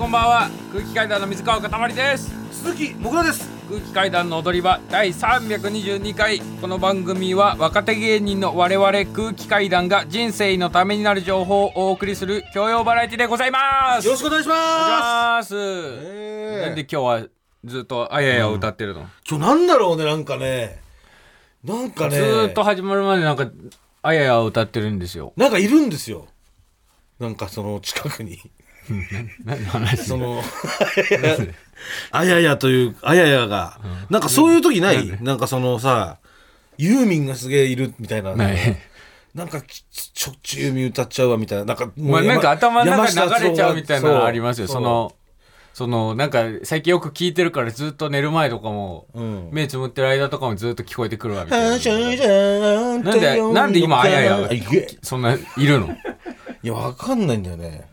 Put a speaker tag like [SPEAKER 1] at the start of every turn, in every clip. [SPEAKER 1] ばんは空気階段の水川かたまりです
[SPEAKER 2] 鈴木もぐらです
[SPEAKER 1] 空気階段の踊り場第322回この番組は若手芸人の我々空気階段が人生のためになる情報をお送りする教養バラエティでございます
[SPEAKER 2] よろしくお願いしま
[SPEAKER 1] ます、
[SPEAKER 2] す
[SPEAKER 1] なんで
[SPEAKER 2] えー
[SPEAKER 1] 今日はずっと「あやや」を歌ってるの、
[SPEAKER 2] 今日なんだろうねなんかねなんかね
[SPEAKER 1] ずーっと始まるまでなんか「あやや」を歌ってるんですよ
[SPEAKER 2] なんかいるんですよなんかその近 くに
[SPEAKER 1] 何の話
[SPEAKER 2] そのあややというあややが、なんかそういう時ない、なんかそのさユーミンがすげえいるみたいな、
[SPEAKER 1] ない
[SPEAKER 2] なんかきちょっちゅうユーミン歌っちゃうわみたいななんかもう
[SPEAKER 1] まあ、なんか頭の中に流れちゃうみたいなのありますよ。
[SPEAKER 2] そう
[SPEAKER 1] その、その、なんか最近よく聞いてるからずっと寝る前とかも、
[SPEAKER 2] ん
[SPEAKER 1] 目つむってる間とかもずっと聞こえてくるわみたい
[SPEAKER 2] な
[SPEAKER 1] な。
[SPEAKER 2] ん
[SPEAKER 1] なんで、なんで今、あやや、
[SPEAKER 2] いけ
[SPEAKER 1] そんな、いるの
[SPEAKER 2] いや、わかんないんだよね。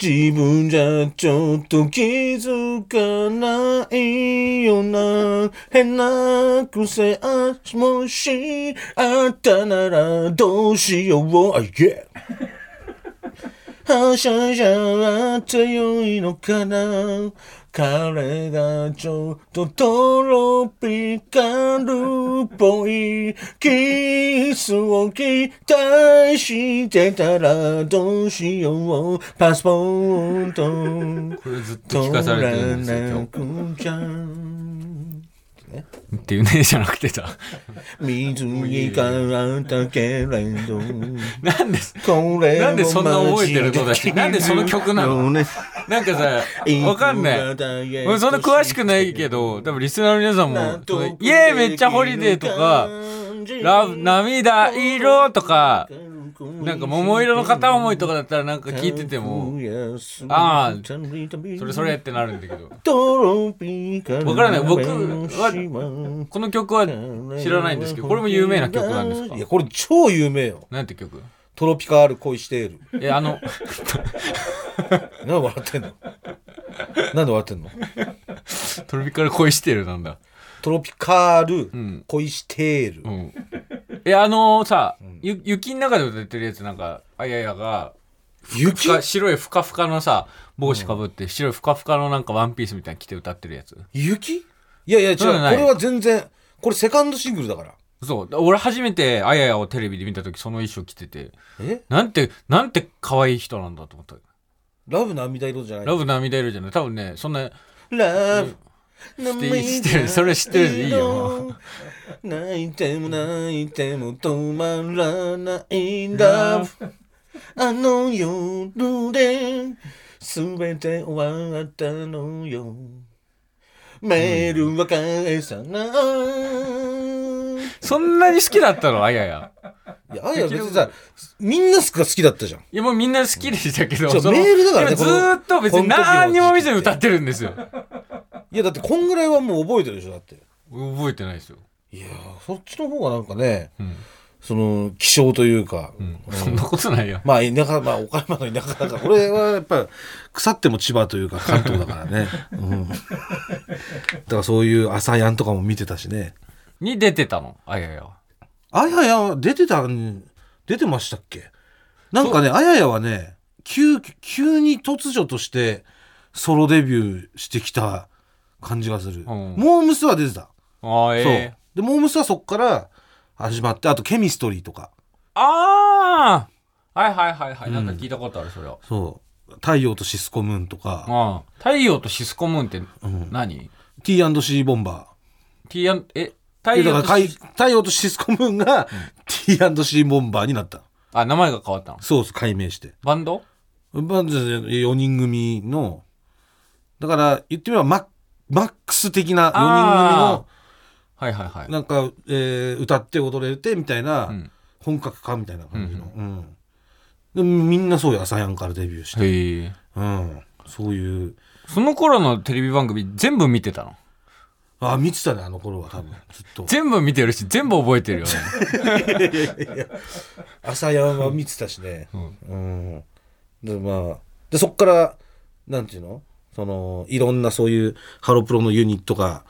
[SPEAKER 2] 自分じゃちょっと気づかないよな。変な癖あ、もしあったならどうしよう。あ、いけ。はしゃいじゃ強いのかな彼がちょっとトロピカルっぽいキスを期待してたらどうしようパスポート
[SPEAKER 1] これずっと聞
[SPEAKER 2] 取
[SPEAKER 1] かさ
[SPEAKER 2] ら
[SPEAKER 1] れてるんですよ
[SPEAKER 2] な
[SPEAKER 1] 今
[SPEAKER 2] くちゃん
[SPEAKER 1] 日。っていうねじゃなくてさ。
[SPEAKER 2] 水に変わったけれど
[SPEAKER 1] なんです。
[SPEAKER 2] これを
[SPEAKER 1] なんでそんな覚えてるのだし、
[SPEAKER 2] 待ち
[SPEAKER 1] なんでその曲なの
[SPEAKER 2] ね
[SPEAKER 1] なんかさ、わかんない。俺そんな詳しくないけど、多分リスナーの皆さんも、そのイエーイめっちゃホリデーとか、ラブ、涙色とか、なんか桃色の片思いとかだったらなんか聞いてても、ああそれそれってなるんだけど、
[SPEAKER 2] わ
[SPEAKER 1] わからない僕はこの曲は知らないんですけど、これも有名な曲なんですか
[SPEAKER 2] いやこれ超有名よ
[SPEAKER 1] なんて曲
[SPEAKER 2] トロピカール恋している
[SPEAKER 1] え、あの、
[SPEAKER 2] なんで笑ってんのなんで笑ってんの
[SPEAKER 1] トロピカル恋してるなんだ。
[SPEAKER 2] トロピカール
[SPEAKER 1] ん
[SPEAKER 2] 恋している
[SPEAKER 1] うん。え、あのさ、ゆ雪の中で歌ってるやつなんか、あややが、
[SPEAKER 2] 雪
[SPEAKER 1] が白いふかふかのさ、帽子かぶって、白いふかふかのなんかワンピースみたいなの着て歌ってるやつ。
[SPEAKER 2] 雪いやいや違うこ
[SPEAKER 1] そうじゃない
[SPEAKER 2] れは全然これセカンドシングルだから
[SPEAKER 1] そう。俺初めてあややをテレビで見た時その衣装着てて、
[SPEAKER 2] え
[SPEAKER 1] なんて、なんて可愛い人なんだと思った。
[SPEAKER 2] ラブ涙色じゃない
[SPEAKER 1] ラブ涙色じゃない。多分ね、そんな、
[SPEAKER 2] ラブ
[SPEAKER 1] て知ってるそれ知ってるでいいよ
[SPEAKER 2] 泣いても泣いても止まらないラブあの夜で全て終わったのよメールは返さない、
[SPEAKER 1] そんなに好きだったのあやや。
[SPEAKER 2] いやあや別にさみんなすか好きだったじゃん
[SPEAKER 1] いや、もうみんな好きでしたけど、
[SPEAKER 2] ちょ
[SPEAKER 1] その
[SPEAKER 2] メールだからね
[SPEAKER 1] いやずーっと別
[SPEAKER 2] こ
[SPEAKER 1] に
[SPEAKER 2] のこの時の
[SPEAKER 1] 何にも見ずに歌ってるんですよ。
[SPEAKER 2] いやだってこんぐらいはもう覚えてるでしょだって
[SPEAKER 1] 覚えてないですよ。
[SPEAKER 2] いやーそっちの方がなんかね、
[SPEAKER 1] ん
[SPEAKER 2] その気象というか、
[SPEAKER 1] そんなことないよ。
[SPEAKER 2] まあ田舎まあ岡山の田舎 だからこれはやっぱ腐っても千葉というか関東だからね、うん、だからそういう朝やんとかも見てたしね
[SPEAKER 1] に出てたの、あややは。
[SPEAKER 2] あやや出てたん出てましたっけなんかねあややはね急急に突如としてソロデビューしてきた感じがする、
[SPEAKER 1] ん
[SPEAKER 2] モームスは出てた、
[SPEAKER 1] ああ、え
[SPEAKER 2] そう
[SPEAKER 1] え
[SPEAKER 2] でモームスはそっから始まってあとケミストリーとか
[SPEAKER 1] ああはいはいはいはい。なんか聞いたことある、それは。
[SPEAKER 2] そう太陽とシスコムーンとか
[SPEAKER 1] ああ太陽とシスコムーンって何、
[SPEAKER 2] T&C ボンバー
[SPEAKER 1] ?T& え、太
[SPEAKER 2] いや
[SPEAKER 1] 陽
[SPEAKER 2] だから
[SPEAKER 1] と
[SPEAKER 2] かい
[SPEAKER 1] シス
[SPEAKER 2] 太陽とシスコムーンが T&C ボンバーになった
[SPEAKER 1] あ、名前が変わったの
[SPEAKER 2] そうです解明して
[SPEAKER 1] バンド
[SPEAKER 2] まず4人組のだから言ってみればママックス的な4人組の
[SPEAKER 1] はいはいはい。
[SPEAKER 2] なんか、えー歌って踊れてみたいな、
[SPEAKER 1] ん
[SPEAKER 2] 本格化みたいな感じの、うんでみんなそういう朝やんからデビューして、
[SPEAKER 1] へえ。
[SPEAKER 2] うん、そういう
[SPEAKER 1] その頃のテレビ番組全部見てたの
[SPEAKER 2] あ見てたねあの頃は多分ずっ と
[SPEAKER 1] 全部見てるし、全部覚えて るよね。
[SPEAKER 2] 朝やんは見てたしね
[SPEAKER 1] うん
[SPEAKER 2] うん、でまあでそっからなんていうのそのいろんなそういうハロプロのユニットが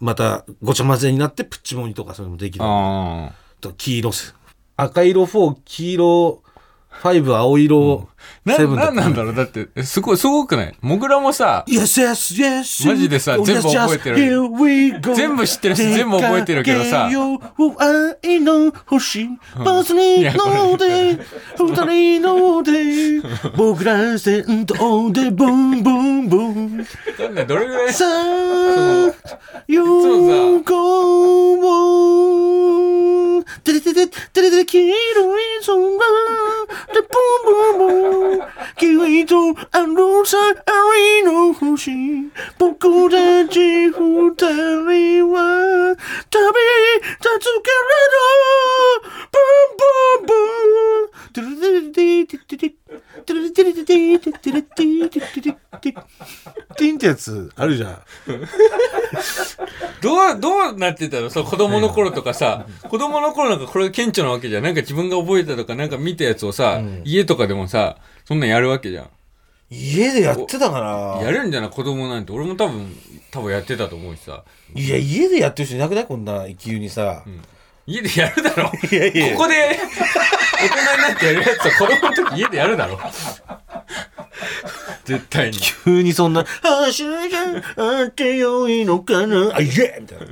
[SPEAKER 2] またごちゃ混ぜになってプッチモニとかそれもできる
[SPEAKER 1] ああ。
[SPEAKER 2] と黄色す赤色4黄色ファイブ青色、
[SPEAKER 1] な、
[SPEAKER 2] セブン
[SPEAKER 1] なんなんだろうだって、えすごい、すごくないモグラもさ、
[SPEAKER 2] Yes, yes, yes.
[SPEAKER 1] マジでさ全部覚えてる
[SPEAKER 2] Here we go.
[SPEAKER 1] 全部知ってるし全部覚えてるけどさ
[SPEAKER 2] 出かけよう愛の星、バズリので、二人ので、僕ら先頭でブンブンブン。
[SPEAKER 1] どんなどれぐらい
[SPEAKER 2] さあ、よこう。てれてれてれてれ、黄色い空。で、ブンブンブン。君とあのさ、愛の星。僕たち二人は、旅立つけれど、ブンブンブン。てれてれてれてれてれてれてれてれてれてれてれてれてれティンってやつあるじゃん。
[SPEAKER 1] どう、どうなってたのそう、子供の頃とかさ、子供の頃なんかこれ顕著なわけじゃん。なんか自分が覚えたとか、なんか見たやつをさ、家とかでもさ、そんなんやるわけじゃん。
[SPEAKER 2] 家でやってたか
[SPEAKER 1] や
[SPEAKER 2] な
[SPEAKER 1] るんじゃない子供なんて。俺も多分、多分やってたと思うしさ。
[SPEAKER 2] いや、家でやってる人いなくないこんな一級にさ。
[SPEAKER 1] 家でやるだろ。
[SPEAKER 2] いやいや
[SPEAKER 1] ここで、大人になってやるやつは子供の時家でやるだ ろ。絶対に。
[SPEAKER 2] 急にそんな、あしがあってよいのかなあ、いえみたいな。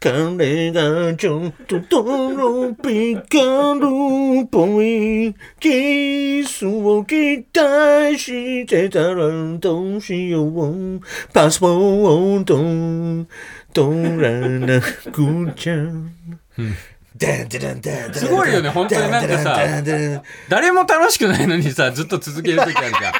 [SPEAKER 2] 彼がちょっとトロピカルっぽいキスを期待してたらどうしようパスポート取らなくちゃ す
[SPEAKER 1] すごいよね本当になんかさ誰も楽しくないのにさ、ずっと続ける時あるじゃん。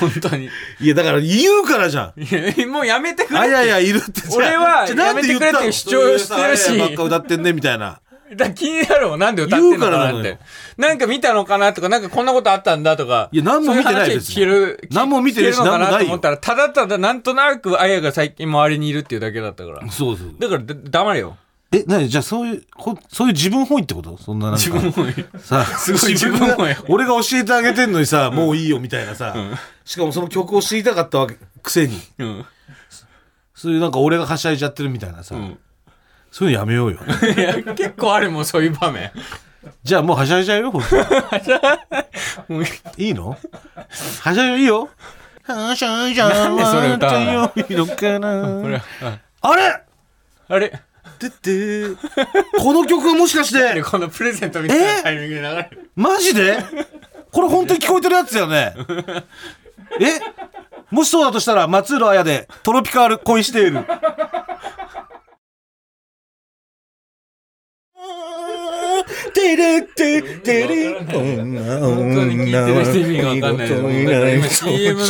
[SPEAKER 1] 本当に。
[SPEAKER 2] いやだから言うからじゃん
[SPEAKER 1] いやもうやめてくれ
[SPEAKER 2] あ
[SPEAKER 1] って
[SPEAKER 2] いやいや、いるって。じゃあ
[SPEAKER 1] 俺は
[SPEAKER 2] じゃあなんで言ったの
[SPEAKER 1] やめてくれって主張してるし
[SPEAKER 2] そういうさあやばっか歌ってんね、みたいな。
[SPEAKER 1] だから気になるもん。なんで歌ってんのかな
[SPEAKER 2] 言うからな
[SPEAKER 1] っ
[SPEAKER 2] のよ
[SPEAKER 1] て。なんか見たのかなとか、なんかこんなことあったんだとか。
[SPEAKER 2] いや何も見てない
[SPEAKER 1] そうう話
[SPEAKER 2] 別に
[SPEAKER 1] 聞ける。聞
[SPEAKER 2] 何も見てるし
[SPEAKER 1] 聞けのか
[SPEAKER 2] 何もない
[SPEAKER 1] と
[SPEAKER 2] よ
[SPEAKER 1] 思ったら、ただただなんとなくあやが最近周りにいるっていうだけだったから。
[SPEAKER 2] そうそう。
[SPEAKER 1] だからだ、黙れよ。
[SPEAKER 2] え、なにじゃあそういう、ほそういう自分本位ってことそんななんか。
[SPEAKER 1] 自分本位。
[SPEAKER 2] さ、
[SPEAKER 1] すごい自分本位
[SPEAKER 2] が俺が教えてあげてんのにさ、もういいよみたいなさ。しかもその曲を知りたかったわけ、くせに。
[SPEAKER 1] うん。
[SPEAKER 2] そういうなんか俺がはしゃいじゃってるみたいなさ。
[SPEAKER 1] ん
[SPEAKER 2] そういうのやめようよ。
[SPEAKER 1] いや、結構あるもん、そういう場面。
[SPEAKER 2] じゃあもうはしゃいじゃ うよ、ほんと
[SPEAKER 1] もう
[SPEAKER 2] いいのはしゃいじゃういいよ。はしゃいじゃ
[SPEAKER 1] なんでそれ歌うの
[SPEAKER 2] わんとよいのかな
[SPEAKER 1] これ、あ
[SPEAKER 2] あれ
[SPEAKER 1] あれ
[SPEAKER 2] てってーこの曲はもしかして
[SPEAKER 1] このプレゼントみたいなタイミングで流れる。
[SPEAKER 2] マジでこれ本当に聞こえてるやつだよねえもしそうだとしたら松浦綾でトロピカール恋しているてれっててれ
[SPEAKER 1] 本当に聞いてる人意味がわかんないよ。だから今 CM の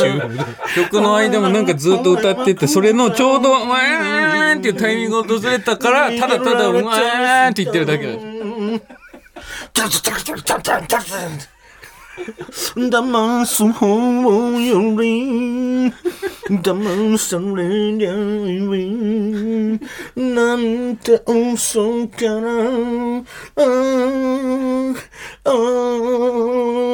[SPEAKER 1] 曲の間もなんかずっと歌ってて、それのちょうど、うわーんっていうタイミングが訪れたから、ただただうわーんって言ってるだけだよ。
[SPEAKER 2] 騙す方より騙されりゃいいなんて嘘からあーあ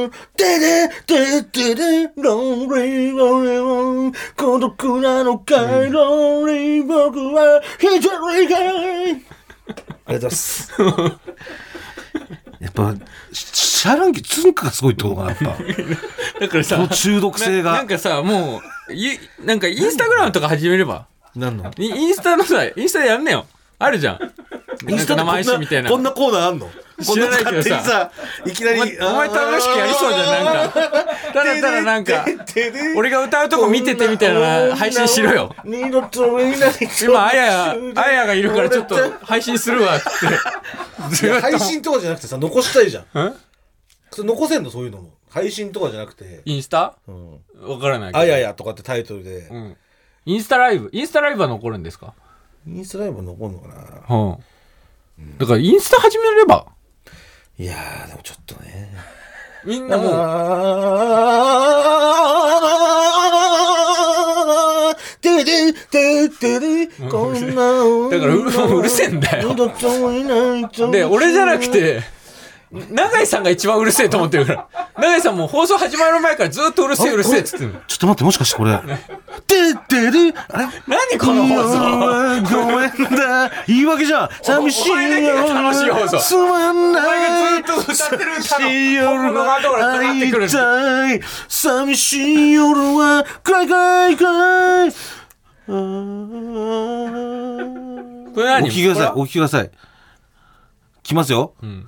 [SPEAKER 2] ーてれてれてれロンリー俺は孤独なのかいロンリー僕は一人かいありがとうございます。やっぱ、シャランキツンクがすごいってことかな、やっぱ。
[SPEAKER 1] だから
[SPEAKER 2] この
[SPEAKER 1] さ、
[SPEAKER 2] 中毒性
[SPEAKER 1] なな
[SPEAKER 2] が
[SPEAKER 1] ん。かさ、もう、いなんかインスタグラムとか始めれば。
[SPEAKER 2] なんの
[SPEAKER 1] イインスタのさ、インスタでやんねよ。あるじゃん。
[SPEAKER 2] インスタで
[SPEAKER 1] なんか生配信みたいな。
[SPEAKER 2] こんなこんなコーナーあんのこんな
[SPEAKER 1] 知らない
[SPEAKER 2] 勝
[SPEAKER 1] け
[SPEAKER 2] 手
[SPEAKER 1] ど
[SPEAKER 2] にさ、いきな
[SPEAKER 1] お
[SPEAKER 2] り。
[SPEAKER 1] 前お前楽しくやりそうじゃんなんかただただなん か俺が歌うとこ見ててみたいな配信しろよ。
[SPEAKER 2] 二度と見ない
[SPEAKER 1] 今、あや、あやがいるからちょっと配信するわって。ず
[SPEAKER 2] い
[SPEAKER 1] っ
[SPEAKER 2] や
[SPEAKER 1] と
[SPEAKER 2] 配信とかじゃなくてさ、残したいじゃん。
[SPEAKER 1] ん
[SPEAKER 2] それ残せんの、そういうのも。配信とかじゃなくて。
[SPEAKER 1] インスタ
[SPEAKER 2] うん
[SPEAKER 1] わからないけど。
[SPEAKER 2] あややとかってタイトルで
[SPEAKER 1] う。ん。インスタライブインスタライブは残るんですか
[SPEAKER 2] インスタライブ残るのかな
[SPEAKER 1] うん。だからインスタ始めれば、
[SPEAKER 2] いやー、でもちょっとね。
[SPEAKER 1] みんなもう、だ
[SPEAKER 2] だ
[SPEAKER 1] からううるせえんだよ
[SPEAKER 2] で
[SPEAKER 1] で、俺じゃなくて、永井さんが一番うるせえと思ってるから。永井さんもう放送始まる前からずっとうるせえうるせえっつってる。
[SPEAKER 2] ちょっと待って、もしかしてこれ。てってるあれ
[SPEAKER 1] 何この放送
[SPEAKER 2] ごめんだ。言い訳じゃん。寂しい
[SPEAKER 1] お前だけが楽しい放送
[SPEAKER 2] つまん
[SPEAKER 1] お
[SPEAKER 2] な
[SPEAKER 1] 前
[SPEAKER 2] い。
[SPEAKER 1] がずっと歌ってる歌の
[SPEAKER 2] 寂しい
[SPEAKER 1] 心
[SPEAKER 2] 夜
[SPEAKER 1] の窓から
[SPEAKER 2] は
[SPEAKER 1] 繋がってくる
[SPEAKER 2] 会いたい。寂しい夜は、かいかいかい。あー
[SPEAKER 1] これ
[SPEAKER 2] お
[SPEAKER 1] 何
[SPEAKER 2] 聞きください、お聞きください。来ますよ。
[SPEAKER 1] ん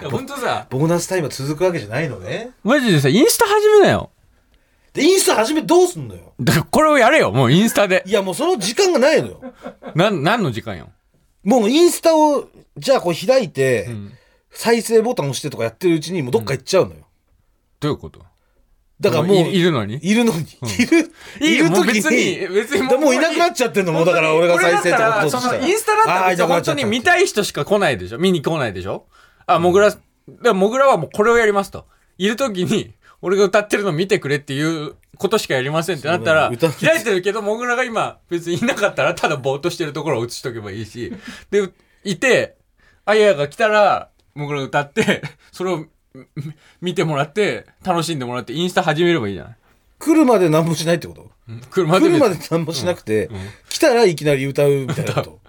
[SPEAKER 1] いや本当さ、
[SPEAKER 2] ボーナスタイムは続くわけじゃないのね
[SPEAKER 1] マジでさ、インスタ始めなよ。
[SPEAKER 2] でインスタ始めどうすんのよ
[SPEAKER 1] だからこれをやれよ、もうインスタで。
[SPEAKER 2] いやもうその時間がないのよ
[SPEAKER 1] なん、何の時間よ。
[SPEAKER 2] もうインスタをじゃあこう開いて、
[SPEAKER 1] ん
[SPEAKER 2] 再生ボタン押してとかやってるうちにもうどっか行っちゃうのよ、
[SPEAKER 1] どういうこと
[SPEAKER 2] だからもう
[SPEAKER 1] いいるのに
[SPEAKER 2] いるのに、いる
[SPEAKER 1] いい
[SPEAKER 2] いる
[SPEAKER 1] もう
[SPEAKER 2] 時
[SPEAKER 1] 別に
[SPEAKER 2] に
[SPEAKER 1] 別に
[SPEAKER 2] だからもういなくなっちゃってんのもうだから俺が再生と
[SPEAKER 1] 俺
[SPEAKER 2] か
[SPEAKER 1] だったらそのインスタだったら別に本当に見たい人しか来ないでしょ見に来ないでしょあ、もぐら、だからもぐらはもうこれをやりますと。いるときに、俺が歌ってるの見てくれっていうことしかやりませんってなったら、
[SPEAKER 2] そうだね歌
[SPEAKER 1] 開いてるけど、もぐらが今別にいなかったら、ただぼーっとしてるところを映しとけばいいし、で、いて、あややが来たら、もぐら歌って、それをみ見てもらって、楽しんでもらって、インスタ始めればいいじゃない
[SPEAKER 2] 来るまで何もしないってこと
[SPEAKER 1] うん車で
[SPEAKER 2] 来
[SPEAKER 1] 見
[SPEAKER 2] る
[SPEAKER 1] て
[SPEAKER 2] まで何もしなくて、来たらいきなり歌うみたいなこと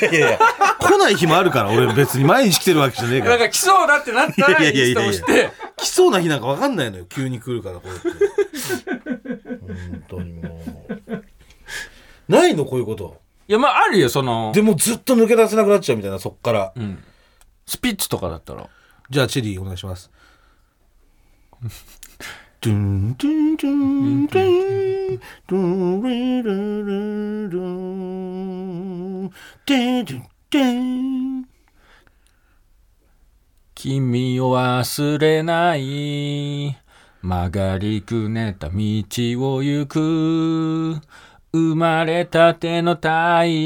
[SPEAKER 2] いやいやいや来ない日もあるから俺別に毎日来てるわけじゃねえ
[SPEAKER 1] なんか来そうだってなったら、
[SPEAKER 2] い
[SPEAKER 1] イ
[SPEAKER 2] やいや
[SPEAKER 1] ン
[SPEAKER 2] い
[SPEAKER 1] スタ
[SPEAKER 2] やいや
[SPEAKER 1] をして、
[SPEAKER 2] 来そうな日なんか分かんないのよ急に来るからこうやって本当にもうないのこういうこと
[SPEAKER 1] いや、まあ、あるよ、その。
[SPEAKER 2] でもずっと抜け出せなくなっちゃうみたいなそっから、
[SPEAKER 1] うん。スピッツとかだったら。
[SPEAKER 2] じゃあチェリーお願いしますドゥンドゥンドゥンドゥンドゥルルルルンデデデン
[SPEAKER 1] 君を忘れない。曲がりくねった道を行く。生まれたての太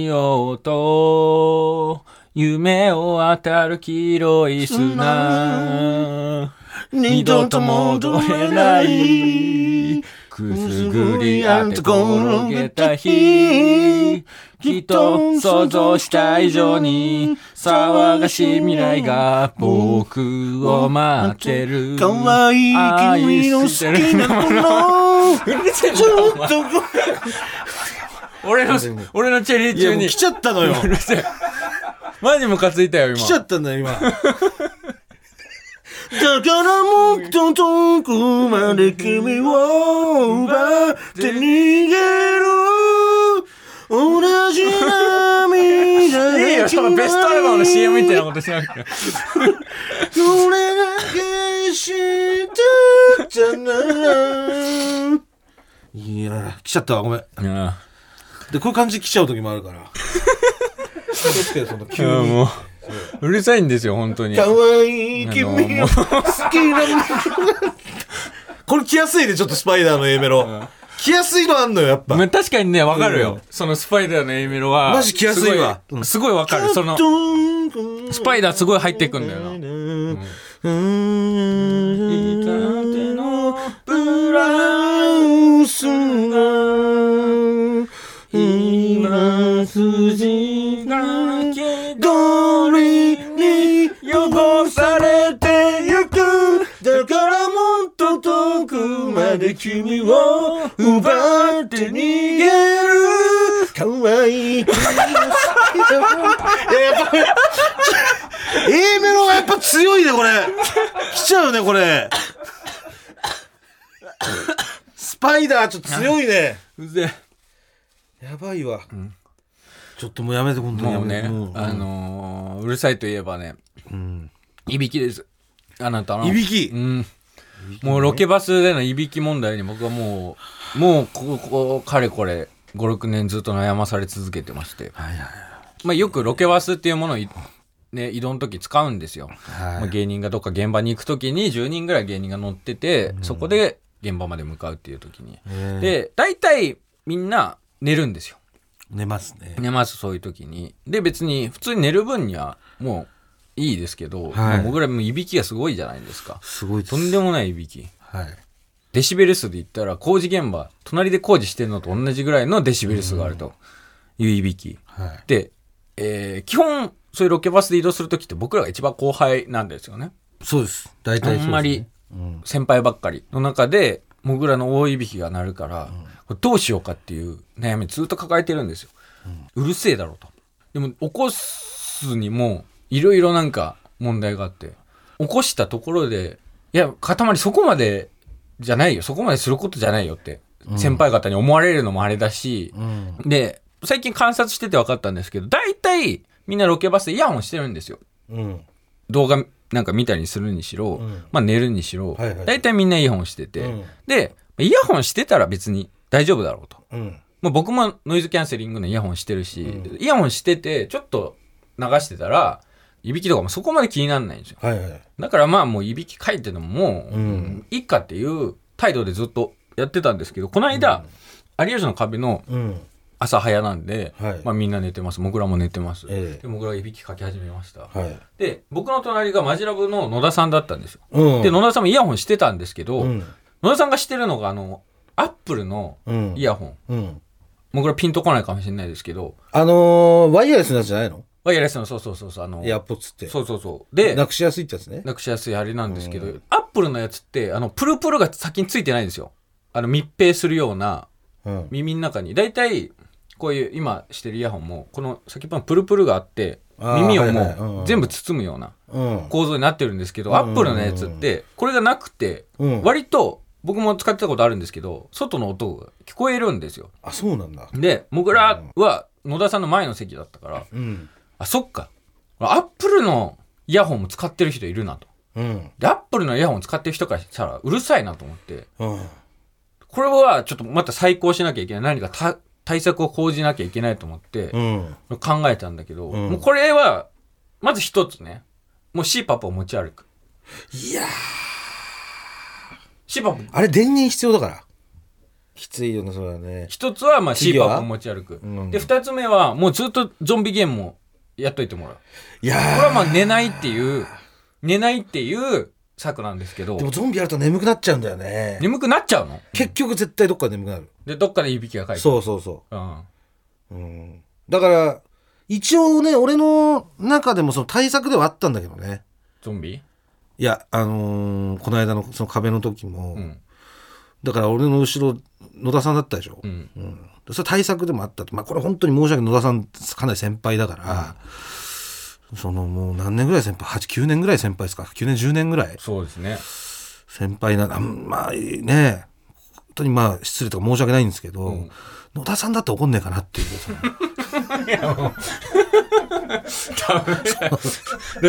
[SPEAKER 1] 陽と、夢を渡る黄色い砂。二
[SPEAKER 2] 二
[SPEAKER 1] 度
[SPEAKER 2] 度
[SPEAKER 1] と
[SPEAKER 2] と戻
[SPEAKER 1] 戻れ
[SPEAKER 2] れ
[SPEAKER 1] な
[SPEAKER 2] ない
[SPEAKER 1] い。くすぐりあて転げた日。きっと想像した以上に騒がしい未来が僕を待ってる。
[SPEAKER 2] かわいい君の好きな ものちょっと
[SPEAKER 1] 俺の、俺のチェリー
[SPEAKER 2] い
[SPEAKER 1] 中
[SPEAKER 2] やもう
[SPEAKER 1] に。
[SPEAKER 2] 来ちゃったのよ
[SPEAKER 1] うるせえマジムカついたよ、今。
[SPEAKER 2] 来ちゃったんだよ 今だからもっと遠くまで君を奪って逃げる同じ涙で
[SPEAKER 1] いいよ、そのベストアルバムの CM みたいなことしなくて。
[SPEAKER 2] どれだけしてたならいや来ちゃったわごめん
[SPEAKER 1] うん
[SPEAKER 2] でこういう感じで来ちゃう時もあるから気をつけてその急
[SPEAKER 1] うん
[SPEAKER 2] に
[SPEAKER 1] もう、うるさいんですよ、本当に。
[SPEAKER 2] 可愛い君
[SPEAKER 1] あのも
[SPEAKER 2] を
[SPEAKER 1] う
[SPEAKER 2] 好きなのこれ来やすいねちょっとスパイダーの A メロ来やすいのあんのよやっぱ
[SPEAKER 1] まあ確かにね、わかるよ。
[SPEAKER 2] うん
[SPEAKER 1] そのスパイダーの A メロは。
[SPEAKER 2] マジ着やすいわ
[SPEAKER 1] すご
[SPEAKER 2] う
[SPEAKER 1] い
[SPEAKER 2] ん
[SPEAKER 1] すごいわかる。その、ス
[SPEAKER 2] ス
[SPEAKER 1] パイダーすごい入ってくんだよな。
[SPEAKER 2] のブラウスが今筋が緑に汚されてゆくだからもっと遠くまで君を奪って逃げるかわ いい君の好きなものいややっぱ A メロがやっぱ強いねこれ来ちゃうねこれスパイダーちょっと強いね
[SPEAKER 1] うぜ
[SPEAKER 2] やばいわ、ちょっともうやめて本当にや
[SPEAKER 1] もう
[SPEAKER 2] めて
[SPEAKER 1] ね、あのーうるさいといえばね、いびきです。あなたの。
[SPEAKER 2] いびき
[SPEAKER 1] うん。もうロケバスでのいびき問題に僕はもう、もうここ、ここかれこれ、5、6年ずっと悩まされ続けてまして。まあよくロケバスっていうものをいね、移動の時使うんですよ。まあ芸人がどっか現場に行く時に10人ぐらい芸人が乗ってて、そこで現場まで向かうっていう時に。で、大体みんな寝るんですよ。
[SPEAKER 2] 寝ますね。
[SPEAKER 1] 寝ます、そういう時に。で、別に普通に寝る分にはもういいですけど、まあ僕らもいびきがすごいじゃないですか。
[SPEAKER 2] すごいです
[SPEAKER 1] とんでもないいびき。
[SPEAKER 2] はい。
[SPEAKER 1] デシベル数で言ったら工事現場、隣で工事してるのと同じぐらいのデシベル数があるといういびき。
[SPEAKER 2] はい。
[SPEAKER 1] で、えー基本、そういうロケバスで移動するときって僕らが一番後輩なんですよね。
[SPEAKER 2] そうです。大体そうです、ね。
[SPEAKER 1] あんまり
[SPEAKER 2] うん。
[SPEAKER 1] 先輩ばっかりの中で、モグラの大いびきが鳴るから、これどうしようかっていう悩みずっと抱えてるんですよ。うるせえだろうと。でも起こすにも、いろいろなんか問題があって、起こしたところで、いや、塊そこまでじゃないよ、そこまですることじゃないよって、先輩方に思われるのもあれだし、
[SPEAKER 2] うん。
[SPEAKER 1] で、最近観察してて分かったんですけど、大体みんなロケバスでイヤホンしてるんですよ。
[SPEAKER 2] うん。
[SPEAKER 1] 動画なんか見たりするにしろ、
[SPEAKER 2] うん
[SPEAKER 1] まあ寝るにしろ、
[SPEAKER 2] はいはい
[SPEAKER 1] 大体みんなイヤホンしてて、
[SPEAKER 2] うん
[SPEAKER 1] で、イヤホンしてたら別に大丈夫だろうと。
[SPEAKER 2] うん。
[SPEAKER 1] まあ、僕もノイズキャンセリングのイヤホンしてるし、イヤホンしてて、ちょっと流してたら、いびきとかもそこまで気にならないんですよ。
[SPEAKER 2] はいはい。
[SPEAKER 1] だからまあもういびきかいてのももう、
[SPEAKER 2] うん
[SPEAKER 1] いいかっていう態度でずっとやってたんですけど、この間、有吉の壁の
[SPEAKER 2] うん。
[SPEAKER 1] 朝早なんで、
[SPEAKER 2] はい
[SPEAKER 1] まあみんな寝てます。僕らも寝てます。
[SPEAKER 2] ええ
[SPEAKER 1] で、僕らいびきかき始めました。
[SPEAKER 2] はい。
[SPEAKER 1] で、僕の隣がマジラブの野田さんだったんですよ。
[SPEAKER 2] うん。
[SPEAKER 1] で、野田さんもイヤホンしてたんですけど、
[SPEAKER 2] うん。
[SPEAKER 1] 野田さんがしてるのが、あの、アップルの
[SPEAKER 2] うん。
[SPEAKER 1] イ。ヤホン。
[SPEAKER 2] うん。
[SPEAKER 1] 僕らピンとこないかもしれないですけど、
[SPEAKER 2] あのー、ワイヤレスなんじゃないの
[SPEAKER 1] ワイヤレスの、そうそうそうそう、あの、
[SPEAKER 2] エアポッツって。
[SPEAKER 1] そうそうそう。で、
[SPEAKER 2] なくしやすいってやつね。
[SPEAKER 1] なくしやすいあれなんですけど、アップルのやつって、あの、プルプルが先についてないんですよ。あの、密閉するような、
[SPEAKER 2] うん。
[SPEAKER 1] 耳の中に。だいたい、こういう今してるイヤホンも、この先っぽのプルプルがあって、
[SPEAKER 2] あー
[SPEAKER 1] 耳を
[SPEAKER 2] はいはいうん
[SPEAKER 1] も
[SPEAKER 2] うん
[SPEAKER 1] う全部包むような。
[SPEAKER 2] うん。
[SPEAKER 1] 構造になってるんですけど、
[SPEAKER 2] うん
[SPEAKER 1] アップルのやつってこれがなくて、
[SPEAKER 2] うん
[SPEAKER 1] 割と僕も使ってたことあるんですけど外の音が聞こえるんですよ
[SPEAKER 2] あ、そうなんだ。
[SPEAKER 1] で僕らは野田さんの前の席だったから、
[SPEAKER 2] うん。
[SPEAKER 1] あそっかアップルのイヤホンも使ってる人いるなと
[SPEAKER 2] うん。
[SPEAKER 1] でアップルのイヤホン使ってる人からしたらうるさいなと思って
[SPEAKER 2] うん。
[SPEAKER 1] これはちょっとまた再考しなきゃいけない何かた対策を講じなきゃいけないと思って、
[SPEAKER 2] うん。
[SPEAKER 1] 考えたんだけど、
[SPEAKER 2] ん
[SPEAKER 1] もうこれはまず一つねもう CPAP を持ち歩く
[SPEAKER 2] いやー
[SPEAKER 1] CPAP
[SPEAKER 2] あれ、電源必要だから。きついよね、それはね。
[SPEAKER 1] 一つはまあ
[SPEAKER 2] 次は
[SPEAKER 1] CPAP を持ち歩く、
[SPEAKER 2] うん
[SPEAKER 1] で二つ目はもうずっとゾンビゲームもやっといてもらうこ
[SPEAKER 2] いやー
[SPEAKER 1] れはまあ寝ないっていう寝ないっていう策なんですけど
[SPEAKER 2] でもゾンビやると眠くなっちゃうんだよね。
[SPEAKER 1] 眠くなっちゃうの
[SPEAKER 2] 結局絶対どっかで眠くなる。
[SPEAKER 1] でどっかでいびきがかいて、
[SPEAKER 2] そうそうそう
[SPEAKER 1] ん、
[SPEAKER 2] う。うん。だから、一応ね、俺の中でもその対策ではあったんだけどね。
[SPEAKER 1] ゾンビ
[SPEAKER 2] いや、あのーこの間のその壁の時も、
[SPEAKER 1] うん
[SPEAKER 2] だから俺の後ろ、野田さんだったでしょ。
[SPEAKER 1] うん
[SPEAKER 2] うんそれ対策でもあったと。まあこれ本当に申し訳ない。野田さんかなり先輩だから、そのもう何年ぐらい先輩 ?8、9年ぐらい先輩ですか ?9 年、10年ぐらい
[SPEAKER 1] そうですね
[SPEAKER 2] 先輩な、あんまあね、本当にまあ失礼とか申し訳ないんですけど、
[SPEAKER 1] ん
[SPEAKER 2] 野田さんだって怒んねえかなっていう。その
[SPEAKER 1] ダメだよだっ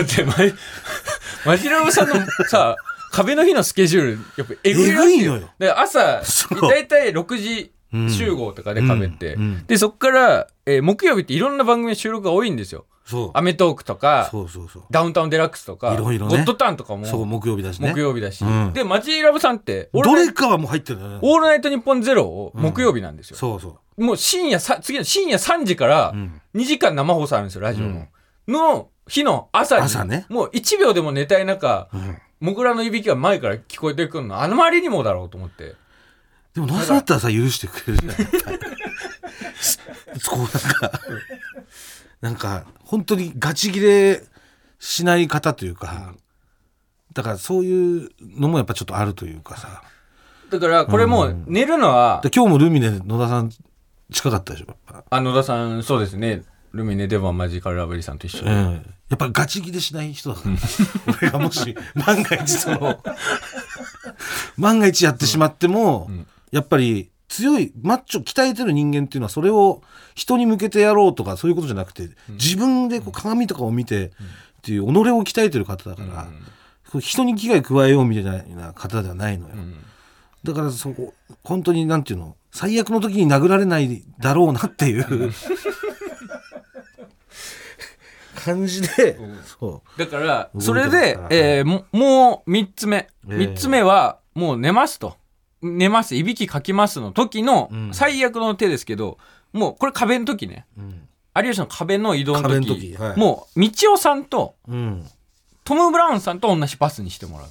[SPEAKER 1] てマジ マジラブさんのさ壁の日のスケジュールやっぱえぐいらし
[SPEAKER 2] えぐいのよ
[SPEAKER 1] で朝
[SPEAKER 2] そう
[SPEAKER 1] 大体6時集合とかで壁って、
[SPEAKER 2] うんうん
[SPEAKER 1] でそっから、えー木曜日っていろんな番組の収録が多いんですよ
[SPEAKER 2] そう
[SPEAKER 1] 『アメトーーク』とか
[SPEAKER 2] そうそうそう。
[SPEAKER 1] 『ダウンタウンデラックス』とか
[SPEAKER 2] いろいろね
[SPEAKER 1] ゴッドタン』とか
[SPEAKER 2] そう、
[SPEAKER 1] も
[SPEAKER 2] 木曜日だしね。
[SPEAKER 1] 木曜日だし、
[SPEAKER 2] うん
[SPEAKER 1] でマジラブさんってオー
[SPEAKER 2] ど
[SPEAKER 1] ルナイ
[SPEAKER 2] れかはもう入ってるんだよね。
[SPEAKER 1] オールナイトニッポンゼロを木曜日なんですよ、
[SPEAKER 2] そうそう。
[SPEAKER 1] もう深夜さ次の深夜3時から
[SPEAKER 2] ん
[SPEAKER 1] 2時間生放送あるんですよラジオの、の日の朝に
[SPEAKER 2] 朝ね
[SPEAKER 1] もう1秒でも寝たい中
[SPEAKER 2] うん
[SPEAKER 1] もぐらのいびきが前から聞こえてくるのあのまりにもだろうと思って
[SPEAKER 2] でも野田さんだったらさ、許してくれるじゃん。 こうなんか、なんか、本当にガチ切れしない方というか、だからそういうのもやっぱちょっとあるというかさ。
[SPEAKER 1] だからこれもう寝るのは、
[SPEAKER 2] で今日もルミネ野田さん近かったでしょ、やっぱ。
[SPEAKER 1] あ野田さんそうですねルミネ出番マジカルラブリーさんと一緒
[SPEAKER 2] うん、
[SPEAKER 1] で、
[SPEAKER 2] やっぱガチ切れしない人だから、 俺がもし万が一その 万が一やってしまっても、やっぱり強いマッチョ鍛えてる人間っていうのはそれを人に向けてやろうとかそういうことじゃなくて、自分でこう鏡とかを見てっていう己を鍛えてる方だから、こう人に危害加えようみたいな方ではないのよ、
[SPEAKER 1] うん
[SPEAKER 2] だからそこ本当になんていうの最悪の時に殴られないだろうなっていう考感じで、そう
[SPEAKER 1] だからそれで、えーももう3つ目
[SPEAKER 2] ええ
[SPEAKER 1] 3つ目はもう寝ますと寝ますいびきかきますの時の
[SPEAKER 2] うん
[SPEAKER 1] 最悪の手ですけど、もうこれ壁の時ね
[SPEAKER 2] うん
[SPEAKER 1] 有吉の壁の移動の時
[SPEAKER 2] 壁の時はい
[SPEAKER 1] もう道夫さんと
[SPEAKER 2] うん
[SPEAKER 1] トム・ブラウンさんと同じバスにしてもらう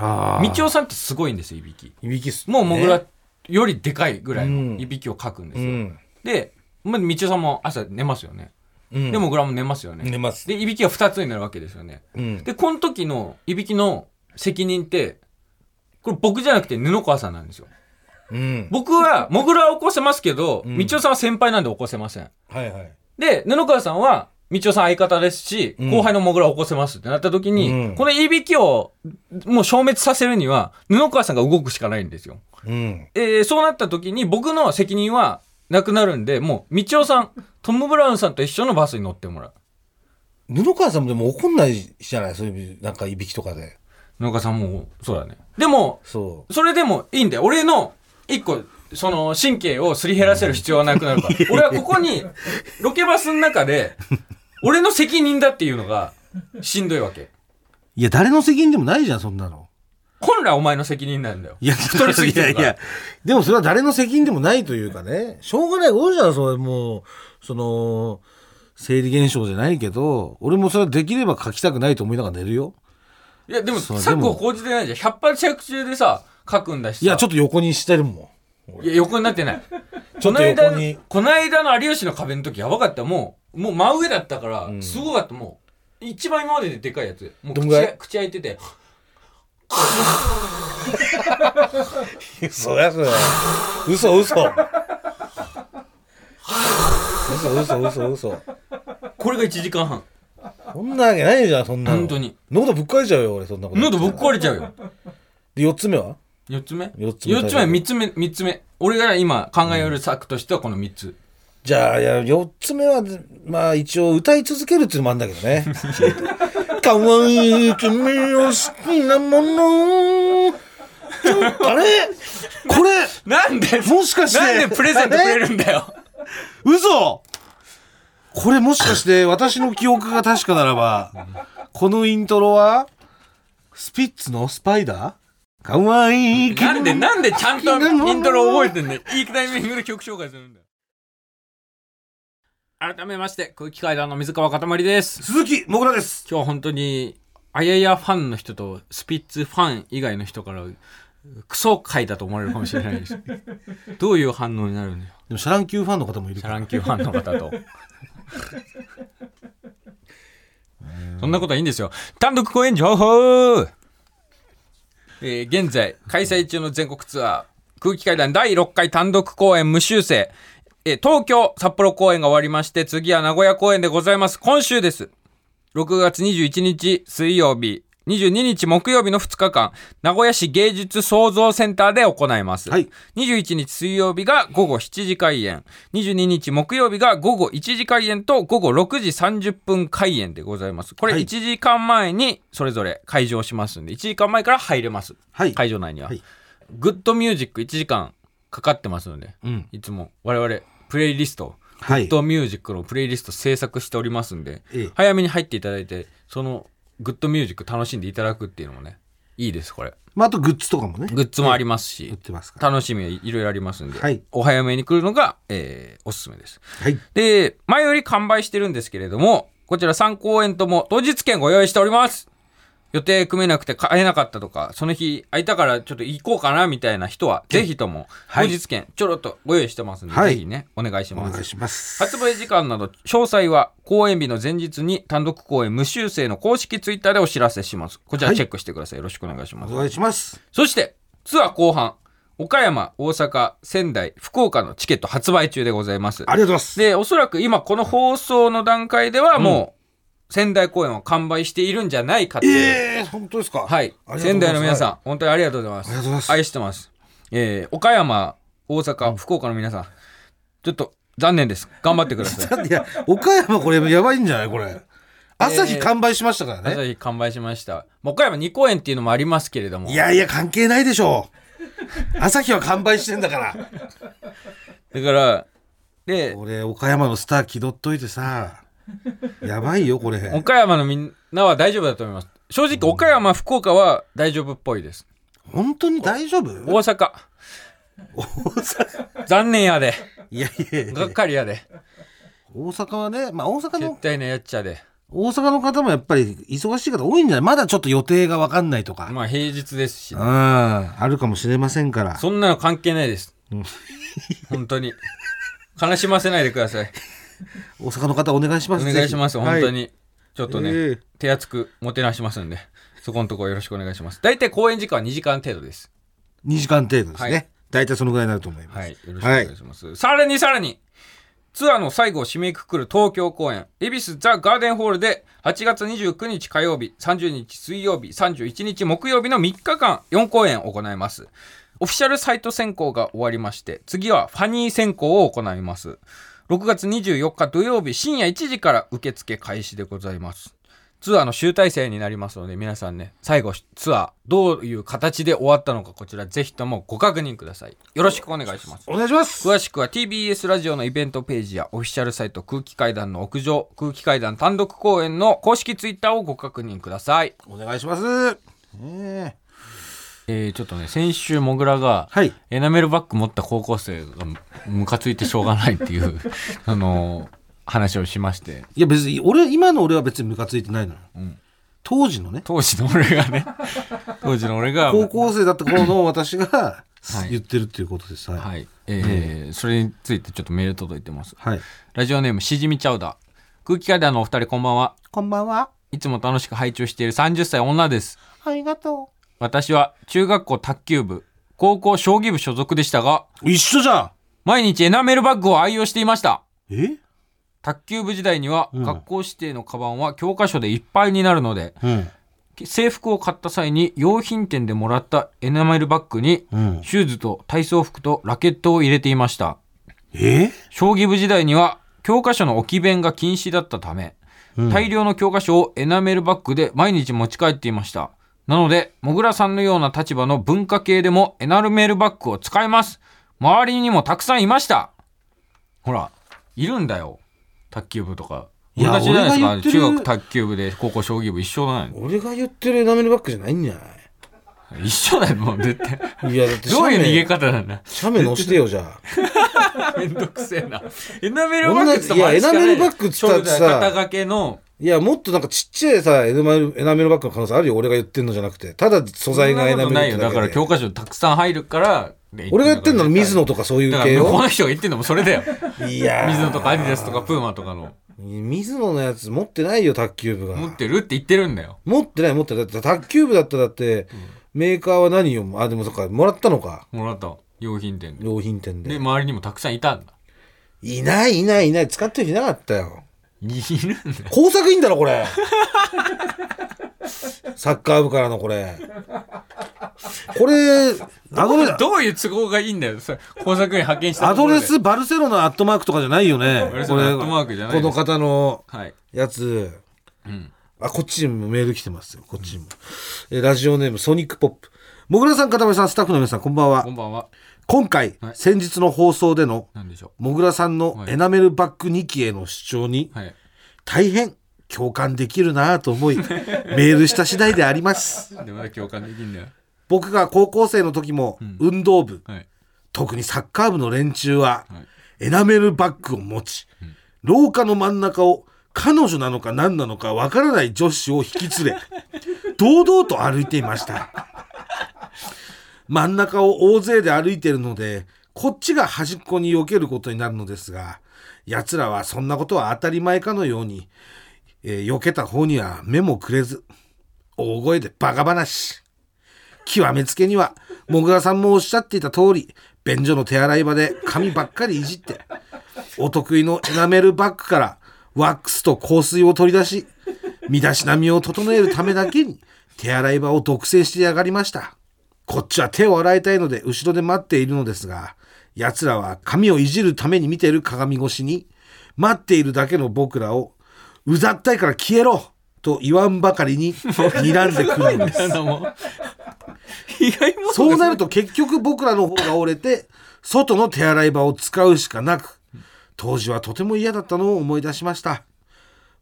[SPEAKER 2] あ
[SPEAKER 1] 道夫
[SPEAKER 2] を
[SPEAKER 1] さんってすごいんですよいびき
[SPEAKER 2] いびきっす
[SPEAKER 1] もうもぐ
[SPEAKER 2] ね
[SPEAKER 1] らよりでかいぐらい
[SPEAKER 2] うん
[SPEAKER 1] のいびきをかくんで
[SPEAKER 2] う
[SPEAKER 1] すよ、
[SPEAKER 2] ん
[SPEAKER 1] で、まあ、道夫さんも朝寝ますよね、
[SPEAKER 2] うん
[SPEAKER 1] でもぐらも寝ますよね、
[SPEAKER 2] 寝ます
[SPEAKER 1] でいびきが2つになるわけですよね
[SPEAKER 2] うん
[SPEAKER 1] でこの時のいびきの責任ってこれ僕じゃなくて布川さんなんですよ
[SPEAKER 2] うん
[SPEAKER 1] 僕はもぐらは起こせますけど、
[SPEAKER 2] うん
[SPEAKER 1] みち道夫さんは先輩なんで起こせません
[SPEAKER 2] はいはい
[SPEAKER 1] で布川さんは道夫さん相方ですし、
[SPEAKER 2] うん
[SPEAKER 1] 後輩のもぐらを起こせますってなった時に、
[SPEAKER 2] うん
[SPEAKER 1] このいびきをもう消滅させるには布川さんが動くしかないんですよ
[SPEAKER 2] うん
[SPEAKER 1] えーそうなった時に僕の責任はなくなるんで、もう、道夫さん、トム・ブラウンさんと一緒のバスに乗ってもらう。
[SPEAKER 2] 布川さんもでも怒んないじゃないそういうなんかいびきとかで
[SPEAKER 1] 野岡さんも、そうだね。でも、
[SPEAKER 2] そ
[SPEAKER 1] それでもいいんだよ。俺の、一個、その、神経をすり減らせる必要はなくなる から。俺はここに、ロケバスの中で、俺の責任だっていうのが、しんどいわけ。
[SPEAKER 2] ういや誰の責任でもないじゃんそんなの
[SPEAKER 1] 本来お前の責任なんだよ。
[SPEAKER 2] いや、
[SPEAKER 1] 太りすぎてるから
[SPEAKER 2] いやいや、でもそれは誰の責任でもないというかね、しょうがないことじゃん、それもう、その、生理現象じゃないけど、俺もそれはできれば書きたくないと思いながら寝るよ。
[SPEAKER 1] いや、でも、
[SPEAKER 2] そう
[SPEAKER 1] 策
[SPEAKER 2] で
[SPEAKER 1] を
[SPEAKER 2] も
[SPEAKER 1] 講じてないじゃん。百発百中でさ、書くんだしさ。
[SPEAKER 2] いや、ちょっと横にしてるも
[SPEAKER 1] いや、横になって ない。こ
[SPEAKER 2] っ
[SPEAKER 1] の
[SPEAKER 2] と横
[SPEAKER 1] 間
[SPEAKER 2] に、
[SPEAKER 1] この間の有吉の壁の時やばかった。もう、もう真上だったから、すごかった。もう、一番今までででかいやつ。もう
[SPEAKER 2] ど
[SPEAKER 1] 口
[SPEAKER 2] んぐらい
[SPEAKER 1] が、口開いてて、
[SPEAKER 2] ん。そりゃそりゃ。嘘嘘。嘘嘘嘘嘘。
[SPEAKER 1] これが1時間半。
[SPEAKER 2] そんなわけないじゃん、そんなの。
[SPEAKER 1] 本当に。
[SPEAKER 2] 喉ぶっ壊れちゃうよ、俺、そんなこと。
[SPEAKER 1] 喉ぶっ壊れちゃうよ。
[SPEAKER 2] で、4つ目は
[SPEAKER 1] 4つ目
[SPEAKER 2] 四つ目
[SPEAKER 1] 四つ目、3つ目、三つ目。俺が今考える策としてはこの3つ。
[SPEAKER 2] じゃあ、いや、4つ目は、まあ、一応歌い続けるっていうのもあるんだけどね。 かわいい君を好きなもの。あれこれ、
[SPEAKER 1] なんで、
[SPEAKER 2] もしかして
[SPEAKER 1] なんでプレゼントくれるんだよ。
[SPEAKER 2] 嘘これもしかして、私の記憶が確かならば、このイントロは、スピッツのスパイダーかわいい君
[SPEAKER 1] なんで、なんでちゃんとイントロ覚えてんだよ。いいタイミングで曲紹介するんだよ。改めまして、空気階段の水川かたまりです。
[SPEAKER 2] 鈴木もぐらです。
[SPEAKER 1] 今日本当にあややファンの人とスピッツファン以外の人からクソ回だと思われるかもしれない ですどういう反応になるんだよ
[SPEAKER 2] でも、シャランキューファンの方もいる
[SPEAKER 1] シャランキューファンの方とそんなことはいいんですよ単独公演情報えー現在開催中の全国ツアー空気階段第6回単独公演無修正、えー東京札幌公演が終わりまして次は名古屋公演でございます今週です6月21日水曜日22日木曜日の2日間名古屋市芸術創造センターで行います、
[SPEAKER 2] はい
[SPEAKER 1] 21日水曜日が午後7時開演22日木曜日が午後1時開演と午後6時30分開演でございますこれ
[SPEAKER 2] はい
[SPEAKER 1] 1時間前にそれぞれ会場しますんで1時間前から入れます
[SPEAKER 2] はい。
[SPEAKER 1] 会場内には、
[SPEAKER 2] はい
[SPEAKER 1] グッドミュージック1時間かかってますので
[SPEAKER 2] うん。
[SPEAKER 1] いつも我々プレイリスト
[SPEAKER 2] は
[SPEAKER 1] グッ
[SPEAKER 2] い。
[SPEAKER 1] ドミュージックのプレイリスト制作しておりますんで、
[SPEAKER 2] ええ
[SPEAKER 1] 早めに入っていただいてそのグッドミュージック楽しんでいただくっていうのもねいいですこれ
[SPEAKER 2] まあ、あとグッズとかもね、
[SPEAKER 1] グッズもありますし、
[SPEAKER 2] 売ってますから。
[SPEAKER 1] 楽しみはいろいろありますんで、
[SPEAKER 2] はい
[SPEAKER 1] お早めに来るのが、えーおすすめです
[SPEAKER 2] はい。
[SPEAKER 1] で前より完売してるんですけれどもこちら3公演とも当日券ご用意しております予定組めなくて買えなかったとかその日空いたからちょっと行こうかなみたいな人はぜひとも当
[SPEAKER 2] はい
[SPEAKER 1] 日券ちょろっとご用意してますんで、
[SPEAKER 2] はい
[SPEAKER 1] ぜひねお願いし
[SPEAKER 2] お
[SPEAKER 1] ます
[SPEAKER 2] 願いします。
[SPEAKER 1] 発売時間など詳細は公演日の前日に単独公演無修正の公式ツイッターでお知らせしますこちらチェックしてください、よろしくお願いします
[SPEAKER 2] お願いします。
[SPEAKER 1] そしてツアー後半岡山大阪仙台福岡のチケット発売中でございます
[SPEAKER 2] ありがとうございます。
[SPEAKER 1] でおそらく今この放送の段階ではもう仙台公演は完売しているんじゃないかという、
[SPEAKER 2] ええ本当ですか。
[SPEAKER 1] はい
[SPEAKER 2] ありがとう
[SPEAKER 1] 仙台
[SPEAKER 2] ございます
[SPEAKER 1] の皆さん、本当にありがとうございま
[SPEAKER 2] あ
[SPEAKER 1] す
[SPEAKER 2] りがとうございます
[SPEAKER 1] 愛してますえー岡山大阪福岡の皆さんちょっと残念です頑張ってください
[SPEAKER 2] だっていや、岡山これやばいんじゃないこれ。朝日完売しましたからね。
[SPEAKER 1] 朝日完売しました。まあ岡山2公演っていうのもありますけれども
[SPEAKER 2] い、やいや、関係ないでしょう。朝日は完売してんだから。
[SPEAKER 1] だから、で、
[SPEAKER 2] 俺、岡山のスター気取っといてさ、やばいよ、これ。
[SPEAKER 1] 岡山のみんなは大丈夫だと思います。正直、岡山、福岡は大丈夫っぽいです。
[SPEAKER 2] 本当に大丈夫
[SPEAKER 1] 大阪、
[SPEAKER 2] 大阪。
[SPEAKER 1] 残念やで。
[SPEAKER 2] いやいやい
[SPEAKER 1] がっ
[SPEAKER 2] や
[SPEAKER 1] かりやで。
[SPEAKER 2] 大阪はね、まあ大阪
[SPEAKER 1] 絶
[SPEAKER 2] の、
[SPEAKER 1] 対なやっちゃで。
[SPEAKER 2] 大阪の方もやっぱり忙しい方多いんじゃないまだちょっと予定がわかんないとか。
[SPEAKER 1] まあ平日ですし
[SPEAKER 2] うん、。あるかもしれませんから。
[SPEAKER 1] そんなの関係ないです。本当に。悲しませないでください。
[SPEAKER 2] 大阪の方お願いし
[SPEAKER 1] お
[SPEAKER 2] ます。
[SPEAKER 1] 願いします、
[SPEAKER 2] ぜひ
[SPEAKER 1] 本当。
[SPEAKER 2] はい
[SPEAKER 1] に。ちょっとね、
[SPEAKER 2] ええ
[SPEAKER 1] 手厚くもてなしますんで、そこのところよろしくお願いします。大体公演時間は2時間程度です。
[SPEAKER 2] 2時間程度です
[SPEAKER 1] はい
[SPEAKER 2] ね。大体そのぐらいになると思います。
[SPEAKER 1] はい、よろしくお願いします。さらにさらに、ツアーの最後を締めくくる東京公演、恵比寿ザ・ガーデンホールで、8月29日火曜日、30日水曜日、31日木曜日の3日間、4公演を行います。オフィシャルサイト選考が終わりまして、次はファニー選考を行います。6月24日土曜日深夜1時から受付開始でございます。ツアーの集大成になりますので、皆さんね、最後ツアー、どういう形で終わったのか、こちらぜひともご確認ください。よろしくお願いします。
[SPEAKER 2] お願いします。
[SPEAKER 1] 詳しくは TBS ラジオのイベントページやオフィシャルサイト空気階段の屋上空気階段単独公演の公式ツイッターをご確認ください、
[SPEAKER 2] お願いします。ねえ
[SPEAKER 1] えー、ちょっとね先週もぐらが、
[SPEAKER 2] はい。
[SPEAKER 1] エナメルバッグ持った高校生がムカついてしょうがないっていう あの話をしまして
[SPEAKER 2] いや別に、俺、今の俺は別にムカついてないのよ。当時のね、
[SPEAKER 1] 当時の俺が ね当時の俺が
[SPEAKER 2] 高校生だった頃の私が
[SPEAKER 1] い
[SPEAKER 2] 言ってるっていうことです。はい。
[SPEAKER 1] はい、えーそれについてちょっとメール届いてます
[SPEAKER 2] はい。
[SPEAKER 1] ラジオネームしじみちゃうだ空気階段のお二人こんばんは
[SPEAKER 2] こんばんは。
[SPEAKER 1] いつも楽しく拝聴している30歳女です
[SPEAKER 2] ありがと
[SPEAKER 1] 私は中学校卓球部高校将棋部所属でしたが
[SPEAKER 2] う。一緒じゃん
[SPEAKER 1] 毎日エナメルバッグを愛用していました
[SPEAKER 2] え
[SPEAKER 1] 卓球部時代には
[SPEAKER 2] うん
[SPEAKER 1] 学校指定のカバンは教科書でいっぱいになるので、
[SPEAKER 2] うん。
[SPEAKER 1] 制服を買った際に用品店でもらったエナメルバッグに
[SPEAKER 2] うん。
[SPEAKER 1] シューズと体操服とラケットを入れていました
[SPEAKER 2] え
[SPEAKER 1] 将棋部時代には教科書の置き弁が禁止だったため、
[SPEAKER 2] うん
[SPEAKER 1] 大量の教科書をエナメルバッグで毎日持ち帰っていましたなのでもぐらさんのような立場の文化系でもエナメルバッグを使います周りにもたくさんいましたほらいるんだよ卓球部とか
[SPEAKER 2] いや
[SPEAKER 1] 同じじゃないです
[SPEAKER 2] 俺が言
[SPEAKER 1] か
[SPEAKER 2] ってる
[SPEAKER 1] 中学卓球部で高校将棋部一緒だよ
[SPEAKER 2] 俺が言ってるエナメルバッグじゃないんじゃな
[SPEAKER 1] 一緒だよもう絶対
[SPEAKER 2] いいや、だって
[SPEAKER 1] どういう逃げ方なんだ
[SPEAKER 2] 写メ載してよ、じゃあ。
[SPEAKER 1] めんどくせえなエナメルバッグって言ったら
[SPEAKER 2] いやエナメルバッグっつったってさ
[SPEAKER 1] ショルダー肩掛けの
[SPEAKER 2] いや、もっとなんかちっちゃいさ、エナメルエナメルバッグの可能性あるよ、俺が言ってんのじゃなくて。ただ素材がエナメル
[SPEAKER 1] そんなことないよ
[SPEAKER 2] だ
[SPEAKER 1] だから教科書たくさん入るから
[SPEAKER 2] 俺が言ってんのは水
[SPEAKER 1] 野
[SPEAKER 2] 野とかそうい
[SPEAKER 1] だ
[SPEAKER 2] う
[SPEAKER 1] か
[SPEAKER 2] 系
[SPEAKER 1] らこ
[SPEAKER 2] を。
[SPEAKER 1] の人が言ってんのもそれ だよ
[SPEAKER 2] いやー
[SPEAKER 1] 水野とかアディダスとかプーマとかの
[SPEAKER 2] 水野のやつ持ってないよ、卓球部が。
[SPEAKER 1] 持ってるって言ってるんだよ
[SPEAKER 2] 持ってない、持ってない。だって卓球部だったらだって、メーカーは何よ、あ、でもそっか、もらったのか。
[SPEAKER 1] もらった用品店で
[SPEAKER 2] 良品店
[SPEAKER 1] で
[SPEAKER 2] で。
[SPEAKER 1] 周りにもたくさんいたんだ
[SPEAKER 2] いない、いない、いない。使ってる人いなかったよ。
[SPEAKER 1] いるんだよ
[SPEAKER 2] 工作員だろ、こ れ。サッカー部からのこれ。これ、アドレ
[SPEAKER 1] どういう都合がいいんだよそれ工作員派遣した
[SPEAKER 2] ア
[SPEAKER 1] とこ
[SPEAKER 2] ド
[SPEAKER 1] ろで
[SPEAKER 2] レスバルセロナアットマークとかじゃないよね。
[SPEAKER 1] バルセ
[SPEAKER 2] こ
[SPEAKER 1] ロナ
[SPEAKER 2] れ
[SPEAKER 1] アットマークじゃない
[SPEAKER 2] こ
[SPEAKER 1] です
[SPEAKER 2] の方の
[SPEAKER 1] はい
[SPEAKER 2] やつ。
[SPEAKER 1] うん
[SPEAKER 2] あ、こっちにもメール来てますよ。こっちにも。えーラジオネーム、ソニックポップ。もぐらさん、かたまりさん、スタッフの皆さん、こんばんは
[SPEAKER 1] こ。んばんは
[SPEAKER 2] 今回、
[SPEAKER 1] はい
[SPEAKER 2] 先日の放送での、
[SPEAKER 1] 何でしょ
[SPEAKER 2] もぐらさんの
[SPEAKER 1] はい
[SPEAKER 2] エナメルバッグ2期への主張に
[SPEAKER 1] う、はい
[SPEAKER 2] 大変共感できるなぁ と思い、メールした次第であります。
[SPEAKER 1] なんでまだ共感できんだよ
[SPEAKER 2] 僕が高校生の時も、運動部、
[SPEAKER 1] はい
[SPEAKER 2] 特にサッカー部の連中は、
[SPEAKER 1] はい
[SPEAKER 2] エナメルバッグを持ち、廊下の真ん中を彼女なのか何なのかわからない女子を引き連れ、堂々と歩いていました。真ん中を大勢で歩いているので、こっちが端っこに避けることになるのですが、奴らはそんなことは当たり前かのように、えー避けた方には目もくれず、大声でバカ話。極めつけには、もぐらさんもおっしゃっていた通り、便所の手洗い場で髪ばっかりいじって、お得意のエナメルバッグからワックスと香水を取り出し、身だしなみを整えるためだけに手洗い場を独占してやがりました。こっちは手を洗いたいので後ろで待っているのですが、奴らは髪をいじるために見ている鏡越しに、待っているだけの僕らを、うざったいから消えろと言わんばかりに睨んでくるのです
[SPEAKER 1] あ。のもう被害者
[SPEAKER 2] そうなると結局僕らの方が折れて、外の手洗い場を使うしかなく、当時はとても嫌だったのを思い出しました。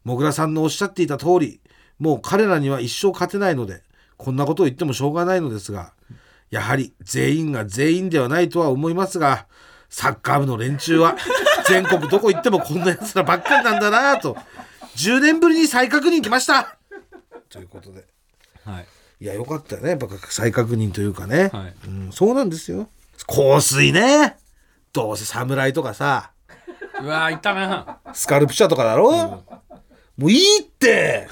[SPEAKER 2] もぐらさんのおっしゃっていた通りもう彼らには一生勝てないのでこんなことを言ってもしょうがないのですがやはり全員が全員ではないとは思いますがサッカー部の連中は全国どこ行ってもこんなやつらばっかりなんだなぁと10年ぶりに再確認来ましたということで
[SPEAKER 1] はい
[SPEAKER 2] いやよかったよねやっぱ再確認というかね、
[SPEAKER 1] はい
[SPEAKER 2] うん、そうなんですよ香水ねどうせ侍とかさ
[SPEAKER 1] うわーいたな
[SPEAKER 2] スカルプチャーとかだろ、もういいって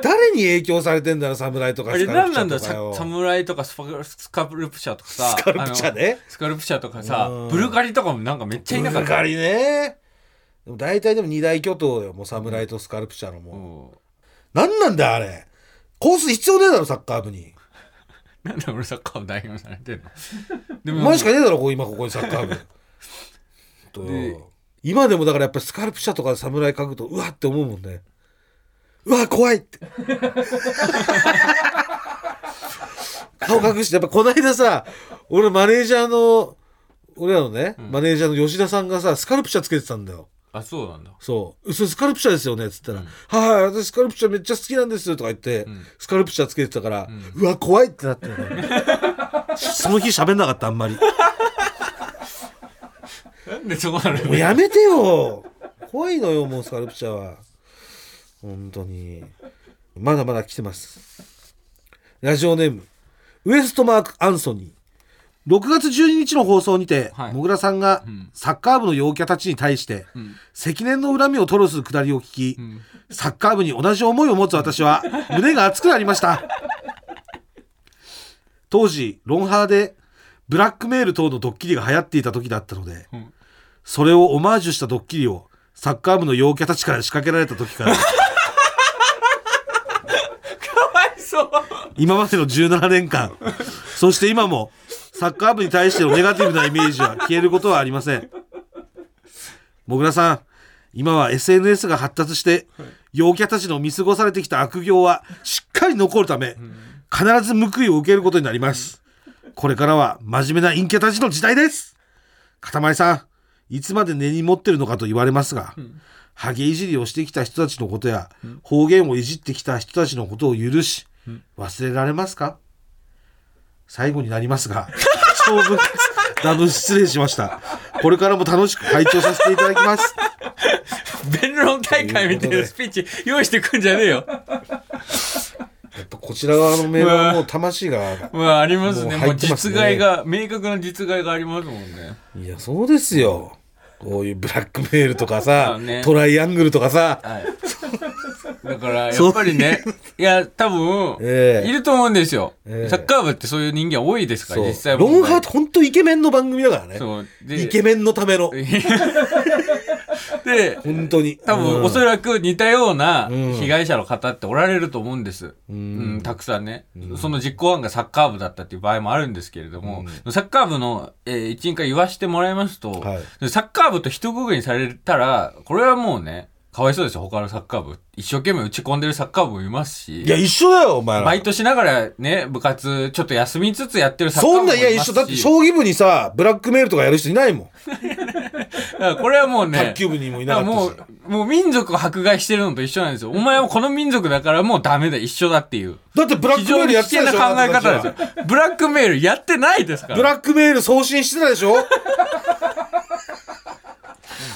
[SPEAKER 2] 誰に影響されてんだろ侍とか
[SPEAKER 1] あれ
[SPEAKER 2] スカル
[SPEAKER 1] 何
[SPEAKER 2] プチ
[SPEAKER 1] な
[SPEAKER 2] ャ
[SPEAKER 1] ん
[SPEAKER 2] ー
[SPEAKER 1] だ
[SPEAKER 2] とか
[SPEAKER 1] さ
[SPEAKER 2] よ
[SPEAKER 1] 侍とかスパスカルプチャーとかさ
[SPEAKER 2] スカルプチャーね
[SPEAKER 1] あのスカルプチャーとかさ
[SPEAKER 2] うん
[SPEAKER 1] ブルガリとかもなんかめっちゃいなか
[SPEAKER 2] ブ
[SPEAKER 1] っ
[SPEAKER 2] ル
[SPEAKER 1] た
[SPEAKER 2] ガリねでも大体でも二大巨頭よもう侍とスカルプチャーのもう、
[SPEAKER 1] お
[SPEAKER 2] 何なんだよあれコース必要ねえだろサッカー部に
[SPEAKER 1] うなんで俺サッカーを代表されてんので
[SPEAKER 2] お前しかねえだろこう今ここにサッカー部と
[SPEAKER 1] で
[SPEAKER 2] 今でもだからやっぱスカルプチャーとか侍書くとうわって思うもんねうわ怖いって顔隠してやっぱこないださ俺マネージャーの俺らのね、マネージャーの吉田さんがさスカルプチャーつけてたんだよ
[SPEAKER 1] あそうなんだ
[SPEAKER 2] そう。それスカルプチャーですよねっつったら、はい、私スカルプチャーめっちゃ好きなんですとか言って、スカルプチャーつけてたから、うわ、怖いってなって、ね、その日喋んなかった、あんまり。も
[SPEAKER 1] なんでそこなの
[SPEAKER 2] うやめてよ怖いのよ、もうスカルプチャーは。本当に。まだまだ来てます。ラジオネーム、ウエストマーク・アンソニー。6月12日の放送にて、
[SPEAKER 1] はい
[SPEAKER 2] もぐらさんが
[SPEAKER 1] ん
[SPEAKER 2] サッカー部の陽キャたちに対して、
[SPEAKER 1] ん
[SPEAKER 2] 積年の恨みを吐露するくだりを聞き、
[SPEAKER 1] ん
[SPEAKER 2] サッカー部に同じ思いを持つ私は胸が熱くなりました当時ロンハーでブラックメール等のドッキリが流行っていた時だったので、
[SPEAKER 1] ん
[SPEAKER 2] それをオマージュしたドッキリをサッカー部の陽キャたちから仕掛けられた時から
[SPEAKER 1] かわいそう
[SPEAKER 2] 今までの17年間そして今もサッカー部に対してのネガティブなイメージは消えることはありませんもぐらさん今は SNS が発達して陽キャたちの見過ごされてきた悪行はしっかり残るため必ず報いを受けることになりますこれからは真面目な陰キャたちの時代ですかたまりさんいつまで根に持ってるのかと言われますが、ハゲいじりをしてきた人たちのことや、方言をいじってきた人たちのことを許し、忘れられますか最後になりますが、長 文ですだぶ失礼しました。これからも楽しく拝聴させていただきます。
[SPEAKER 1] 弁論大会みたいなスピーチ用意してくんじゃねえよ
[SPEAKER 2] やっぱこちら側のメールはもう魂が、
[SPEAKER 1] まあありますね
[SPEAKER 2] もう
[SPEAKER 1] も
[SPEAKER 2] 入
[SPEAKER 1] う
[SPEAKER 2] ってます
[SPEAKER 1] 実
[SPEAKER 2] ね
[SPEAKER 1] 害が明確な実害がありますもんね
[SPEAKER 2] いや、そうですよ。こういうブラックメールとか
[SPEAKER 1] そ
[SPEAKER 2] さ、
[SPEAKER 1] うね
[SPEAKER 2] トライアングルとかさ、
[SPEAKER 1] はいだからやっぱりねいや多分、
[SPEAKER 2] ええ
[SPEAKER 1] いると思うんですよ、
[SPEAKER 2] ええ
[SPEAKER 1] サッカー部ってそういう人間多いですから
[SPEAKER 2] そう
[SPEAKER 1] 実際
[SPEAKER 2] ロンハー
[SPEAKER 1] ー
[SPEAKER 2] って本当イケメンの番組だからね。
[SPEAKER 1] そうで
[SPEAKER 2] イケメンのための。
[SPEAKER 1] で
[SPEAKER 2] 本当に。
[SPEAKER 1] 多分、
[SPEAKER 2] うん
[SPEAKER 1] おそらく似たような
[SPEAKER 2] うん
[SPEAKER 1] 被害者の方っておられると思うんです。うんんたくさんね、その実行犯がサッカー部だったっていう場合もあるんですけれども、サッカー部の、えー一員から言わしてもらいますと、
[SPEAKER 2] はい
[SPEAKER 1] サッカー部と一括りにされたら、これはもうね、かわいそうですよ、他のサッカー部。一生懸命打ち込んでるサッカー部もいますし
[SPEAKER 2] い、や、一緒だよ、お前ら。
[SPEAKER 1] バイトしながらね、部活ちょっと休みつつやってるサッカー部
[SPEAKER 2] そ
[SPEAKER 1] も
[SPEAKER 2] ん
[SPEAKER 1] いま
[SPEAKER 2] な、
[SPEAKER 1] すし。
[SPEAKER 2] いや、一緒。だって、将棋部にさ、ブラックメールとかやる人いないもん。
[SPEAKER 1] だから これはもうね、
[SPEAKER 2] 卓球部にもいなか
[SPEAKER 1] だ
[SPEAKER 2] っ
[SPEAKER 1] から
[SPEAKER 2] たし。
[SPEAKER 1] もう、もう民族を迫害してるのと一緒なんですよ。お前はこの民族だからもうダメだ、一緒だっていう。
[SPEAKER 2] だって、ブラッ
[SPEAKER 1] 非
[SPEAKER 2] クメ
[SPEAKER 1] 常
[SPEAKER 2] ール
[SPEAKER 1] に危
[SPEAKER 2] やってた
[SPEAKER 1] 険な
[SPEAKER 2] でしょ
[SPEAKER 1] 考え方ですよ
[SPEAKER 2] あなたたちは。
[SPEAKER 1] ブラックメールやってないですから。
[SPEAKER 2] ブラックメール送信してたでしょ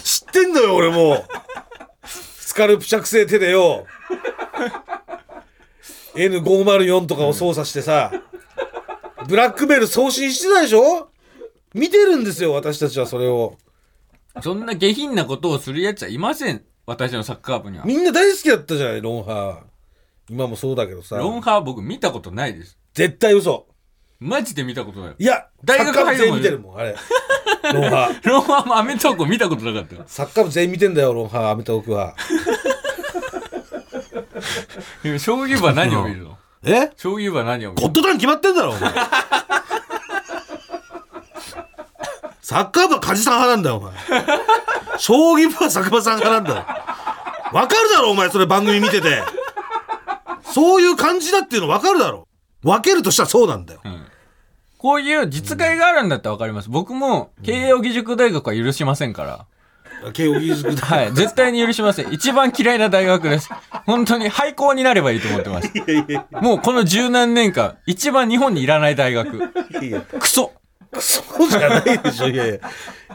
[SPEAKER 2] 知ってんのよ、俺もう。スカルプ着生手でよ。N504 とかを操作してさ、ブラックメール送信してたでしょ見てるんですよ、私たちはそれを。
[SPEAKER 1] そんな下品なことをする奴はいません。私のサッカー部には。
[SPEAKER 2] みんな大好きだったじゃない、ロンハーは。今もそうだけどさ。
[SPEAKER 1] ロンハー僕見たことないです。
[SPEAKER 2] 絶対嘘。
[SPEAKER 1] マジで見たことない。
[SPEAKER 2] いや、
[SPEAKER 1] 大学
[SPEAKER 2] サッカー部全員
[SPEAKER 1] 入
[SPEAKER 2] 見て
[SPEAKER 1] る
[SPEAKER 2] るもん、あれ。ロンハー。
[SPEAKER 1] ロンハーもアメトーク見たことなかったよ。
[SPEAKER 2] サッカー部全員見てんだよ、ロンハー、アメトークは。
[SPEAKER 1] でも将棋部は何を見るの
[SPEAKER 2] え
[SPEAKER 1] 将棋部は何を見る
[SPEAKER 2] ゴッドタン決まってんだろ、お前。サッカー部は梶さん派なんだよ、お前。将棋部は佐久間さん派なんだよ。わかるだろ、お前、それ番組見てて。そういう感じだっていうのわかるだろ。分けるとしたらそうなんだよ。
[SPEAKER 1] こういう実害があるんだったらわかります。僕も、慶應義塾大学は許しませんから。
[SPEAKER 2] 慶應義塾大
[SPEAKER 1] はい、絶対に許しません。一番嫌いな大学です。本当に廃校になればいいと思ってます。もうこの十何年間、一番日本にいらない大学。
[SPEAKER 2] いやいや
[SPEAKER 1] クソ。
[SPEAKER 2] そうじゃないでしょいやいや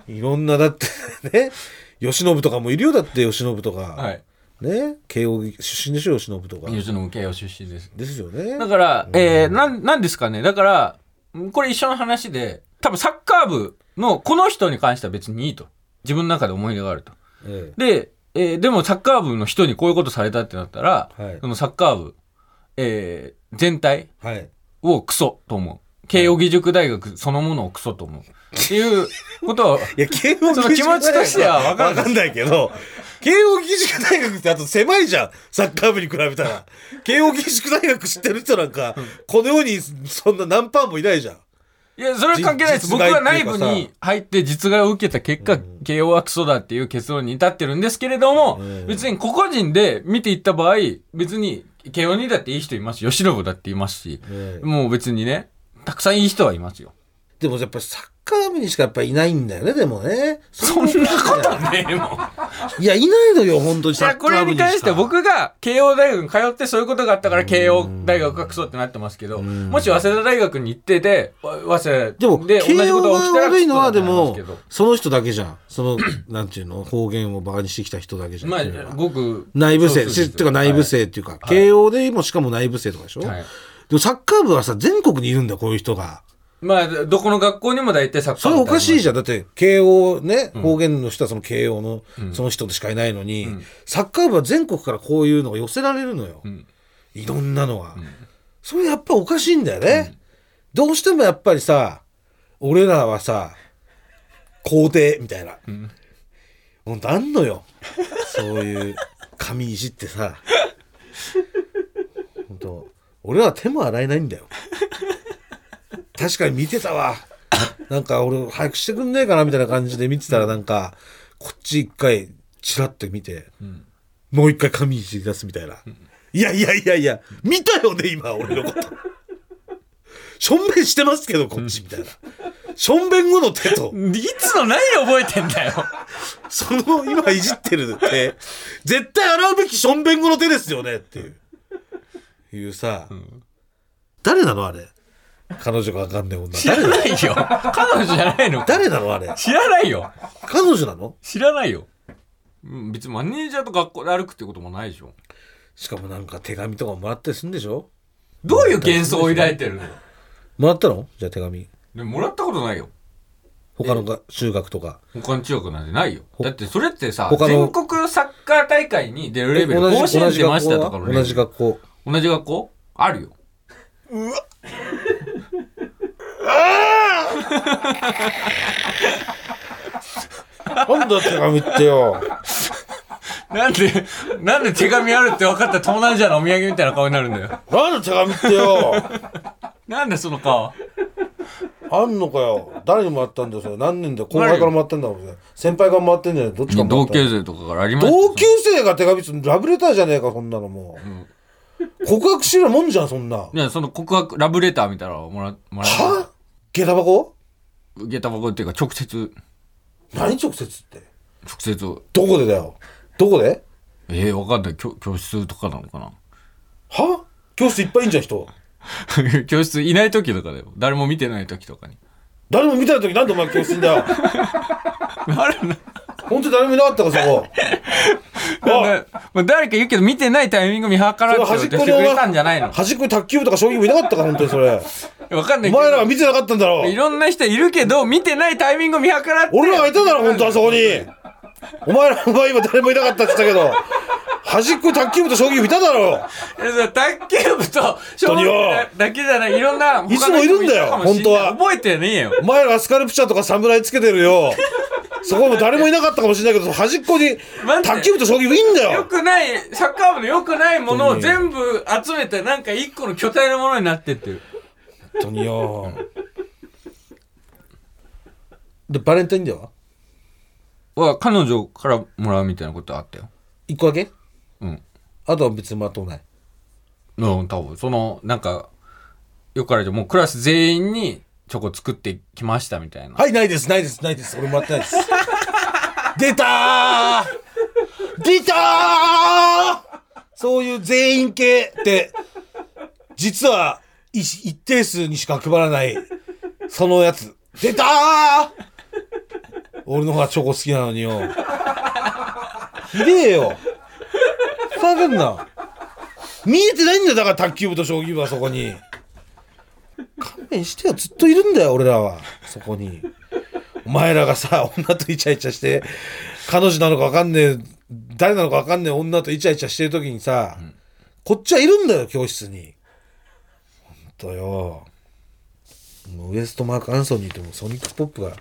[SPEAKER 2] いろんなだってね慶喜とかもいるよだって慶喜とか、
[SPEAKER 1] はい。
[SPEAKER 2] ね慶応出身でしょ慶喜とか
[SPEAKER 1] 吉野慶応出身です。
[SPEAKER 2] ですよね
[SPEAKER 1] だから、えー、なん、なんですかね。だから、んこれ一緒の話で、多分サッカー部のこの人に関しては別にいいと。自分の中で思い出があると。
[SPEAKER 2] え
[SPEAKER 1] で、えーでもサッカー部の人にこういうことされたってなったら、
[SPEAKER 2] はい
[SPEAKER 1] そのサッカー部、えー全体
[SPEAKER 2] えはい
[SPEAKER 1] をクソと思う。慶應義塾大学そのものをクソと思う。っていう ことを、
[SPEAKER 2] いや慶応
[SPEAKER 1] その気持ちとしては分かる
[SPEAKER 2] わかんないけど慶応義塾大学ってあと狭いじゃんサッカー部に比べたら慶応義塾大学知ってる人なんかこの世にそんな何パーもいないじゃん
[SPEAKER 1] いや、それは関係ないです。
[SPEAKER 2] 実
[SPEAKER 1] 僕
[SPEAKER 2] 害
[SPEAKER 1] は
[SPEAKER 2] って
[SPEAKER 1] 内
[SPEAKER 2] いうか
[SPEAKER 1] 部
[SPEAKER 2] さ
[SPEAKER 1] に入って実害を受けた結果、慶応はクソだっていう結論に至ってるんですけれども、
[SPEAKER 2] うん
[SPEAKER 1] 別に個々人で見ていった場合、別に慶応にだっていい人いますし、吉野部だっていますし、
[SPEAKER 2] うん
[SPEAKER 1] もう別にね、たくさんいい人はいます よ。
[SPEAKER 2] でもやっぱりサッカー部にしかやっぱいないんだよねでもね
[SPEAKER 1] そんなことねえもん。
[SPEAKER 2] いやいないのよ本当に
[SPEAKER 1] じ
[SPEAKER 2] サ
[SPEAKER 1] ゃ
[SPEAKER 2] ッ
[SPEAKER 1] あ
[SPEAKER 2] カ
[SPEAKER 1] こ
[SPEAKER 2] ー
[SPEAKER 1] れに
[SPEAKER 2] 部にしか
[SPEAKER 1] 関しては僕が慶応大学に通ってそういうことがあったから慶応大学がクソってなってますけど、
[SPEAKER 2] ん
[SPEAKER 1] もし早稲田大学に行ってて、わ早稲田
[SPEAKER 2] でも、
[SPEAKER 1] で同
[SPEAKER 2] 慶
[SPEAKER 1] じこ
[SPEAKER 2] 応
[SPEAKER 1] とが起
[SPEAKER 2] が
[SPEAKER 1] きたら
[SPEAKER 2] 悪いのは、
[SPEAKER 1] ク
[SPEAKER 2] で
[SPEAKER 1] ソだと思い
[SPEAKER 2] も
[SPEAKER 1] ますけど、
[SPEAKER 2] その人だけじゃん。その、なんていうの、方言をバカにしてきた人だけじゃん。
[SPEAKER 1] ま
[SPEAKER 2] っていうの
[SPEAKER 1] あ、
[SPEAKER 2] は
[SPEAKER 1] ごく。
[SPEAKER 2] 内部
[SPEAKER 1] 少
[SPEAKER 2] 生、
[SPEAKER 1] 数です
[SPEAKER 2] しっていうか内部生っていうか、慶応でもしかも内部生とかでしょ、
[SPEAKER 1] はい
[SPEAKER 2] でもサッカー部はさ、全国にいるんだよ、こういう人が。
[SPEAKER 1] まあ、どこの学校にも大体サッカー
[SPEAKER 2] それおかしいじ
[SPEAKER 1] ゃ
[SPEAKER 2] ゃん。だって、慶応ね、方言の人はその慶応の、その人しかいないのに、サッカー部は全国からこういうのが寄せられるのよ。
[SPEAKER 1] ん
[SPEAKER 2] いろんなのが。それやっぱおかしいんだよね。どうしてもやっぱりさ、俺らはさ、皇帝みたいな。ほんとあんのよ。そういう紙いじってさ。ほんと、俺らは手も洗えないんだよ。確かに見てたわ。なんか俺早くしてくんねえかなみたいな感じで見てたらなんか、こっち一回チラッと見て、もう一回紙いじり出すみたいな。いやいやいやいや、見たよね今俺のこと。しょんべんしてますけどこっちみたいな。しょんべん後の手と。
[SPEAKER 1] ん。いつの何覚えてんだよ。
[SPEAKER 2] その今いじってるって、絶対洗うべきしょんべん後の手ですよねっていう。いうさ、誰なのあれ。彼女がわかんない女。
[SPEAKER 1] 知ら
[SPEAKER 2] 誰
[SPEAKER 1] ないよ。彼女じゃないの。
[SPEAKER 2] 誰なのあれ。
[SPEAKER 1] 知らないよ。
[SPEAKER 2] 彼女なの
[SPEAKER 1] 知らないよ。うん別にマネージャーと学校で歩くってこともないでしょ。
[SPEAKER 2] しかもなんか手紙とかもらったりするんでしょ
[SPEAKER 1] どういう幻想を抱いてるの
[SPEAKER 2] もらったのじゃあ手紙。
[SPEAKER 1] でももらったことないよ。
[SPEAKER 2] 他のが中学とか。
[SPEAKER 1] 他の中学なんてないよ。だってそれってさ、
[SPEAKER 2] 他の
[SPEAKER 1] 全国サッカー大会に出るレベル、
[SPEAKER 2] 同じ
[SPEAKER 1] 甲子園出ましたとか
[SPEAKER 2] 学校
[SPEAKER 1] の
[SPEAKER 2] は
[SPEAKER 1] レベル
[SPEAKER 2] 同じ学校。
[SPEAKER 1] 同じ学校あるよ。
[SPEAKER 2] なんだ手紙ってよ。
[SPEAKER 1] なんで、なんで手紙あるって分かったら東南アジアのお土産みたいな顔になるんだよ。
[SPEAKER 2] なんだ手紙ってよ。
[SPEAKER 1] なんでその顔。
[SPEAKER 2] あんのかよ。誰にもらったんだよ、それ。何年だよ。後
[SPEAKER 1] 誰
[SPEAKER 2] 輩からもらったんだろうね。先輩からもらってんじゃないどっちかもら
[SPEAKER 1] 同
[SPEAKER 2] ったんだよ
[SPEAKER 1] 級生とかからありました
[SPEAKER 2] 同級生が手紙するラブレターじゃねえかそんなのもう、告白してるもんじゃんそんない
[SPEAKER 1] や、その告白、ラブレターみたいなのをもら、もら
[SPEAKER 2] は下駄箱
[SPEAKER 1] 下駄箱っていうか、直接、
[SPEAKER 2] 何直接って
[SPEAKER 1] 直接、
[SPEAKER 2] どこでだよどこで
[SPEAKER 1] ええー、わかんない。教教室とかなの か
[SPEAKER 2] は教室いっぱいいんじゃん人
[SPEAKER 1] な教室いない時とかだよ。誰も見てない時とかに。
[SPEAKER 2] 誰も見てない時なんでお前教室いんだよ
[SPEAKER 1] あるな。
[SPEAKER 2] 本当に誰もいなかったかそ こおい
[SPEAKER 1] なんだまあ、誰か言うけど、見てないタイミング見計らって
[SPEAKER 2] そ
[SPEAKER 1] お
[SPEAKER 2] れ端っ
[SPEAKER 1] いて
[SPEAKER 2] こ
[SPEAKER 1] く
[SPEAKER 2] にお
[SPEAKER 1] れ
[SPEAKER 2] 前
[SPEAKER 1] たんじゃないの。
[SPEAKER 2] 端っこに卓球部とか将棋部いなかったか本当にそれ
[SPEAKER 1] わかんな
[SPEAKER 2] お
[SPEAKER 1] いけど。
[SPEAKER 2] 前らが見てなかったんだろ
[SPEAKER 1] いろんな人いるけど、見てないタイミング見計らって。
[SPEAKER 2] 俺らがいただろ本当はそこにお前らお前今誰もいなかったって言ったけど端っこに卓球部と将棋部いただろ
[SPEAKER 1] いやそれ卓球部と将
[SPEAKER 2] 当によ
[SPEAKER 1] 棋だけじゃない、いろんな他の
[SPEAKER 2] いつもいるんだよ
[SPEAKER 1] 人もいるかもしんない
[SPEAKER 2] 本当は
[SPEAKER 1] 覚えてねえよ。
[SPEAKER 2] お前らスカルプチャーとか侍つけてるよ。そこも誰もいなかったかもしれないけど、その端っこに
[SPEAKER 1] 待って
[SPEAKER 2] 卓球部と将棋部いいんだ
[SPEAKER 1] よ
[SPEAKER 2] よ。
[SPEAKER 1] くない、サッカー部の良くないものを全部集めて、なんか一個の巨体のものになってってる。
[SPEAKER 2] 本当によ。で、バレンタインデーは
[SPEAKER 1] は、彼女からもらうみたいなことあったよ。
[SPEAKER 2] 一個だけ
[SPEAKER 1] うん。
[SPEAKER 2] あとは別にまとうない。
[SPEAKER 1] うん、多分。その、なんか、よくあるじゃん。もうクラス全員にチョコ作ってきましたみたいな。
[SPEAKER 2] はい、ないです、ないです、ないです。俺もらってないです。 出たー出たーそういう全員系って、実は一一定数にしか配らない、そのやつ。出たー俺の方がチョコ好きなのによ。ひでえよ。ふざけんな。見えてないんだよ、だから卓球部と将棋部はそこに。勘弁してよ、ずっといるんだよ、俺らは。そこに。お前らがさ、女とイチャイチャして、彼女なのかわかんねえ、誰なのかわかんねえ女とイチャイチャしてる時にさ、こっちはいるんだよ、教室に。ほんとよ。もうウエストマーク・アンソニーともソニック・ポップが、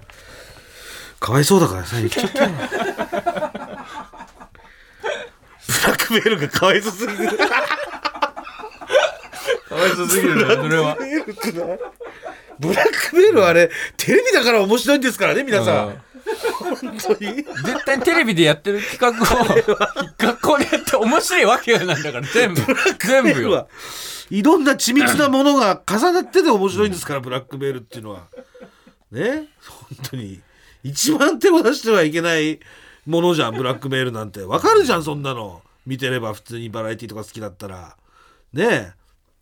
[SPEAKER 3] かわいそうだからさ、言っちゃったよ。ブラックメールがかわいそうすぎる。
[SPEAKER 1] かわいそうすぎるね、それは。
[SPEAKER 2] ブラックメールはあれ、テレビだから面白いんですからね、皆さん。本当に。
[SPEAKER 1] 絶対テレビでやってる企画を、学校でやって面白いわけがないんだから、全部。全部よ。
[SPEAKER 3] いろんな緻密なものが重なってて面白いんですから、ブラックメールっていうのは。ね本当に。一番手を出してはいけないものじゃん、ブラックメールなんて。わかるじゃん、そんなの。見てれば普通にバラエティとか好きだったら。ねえ。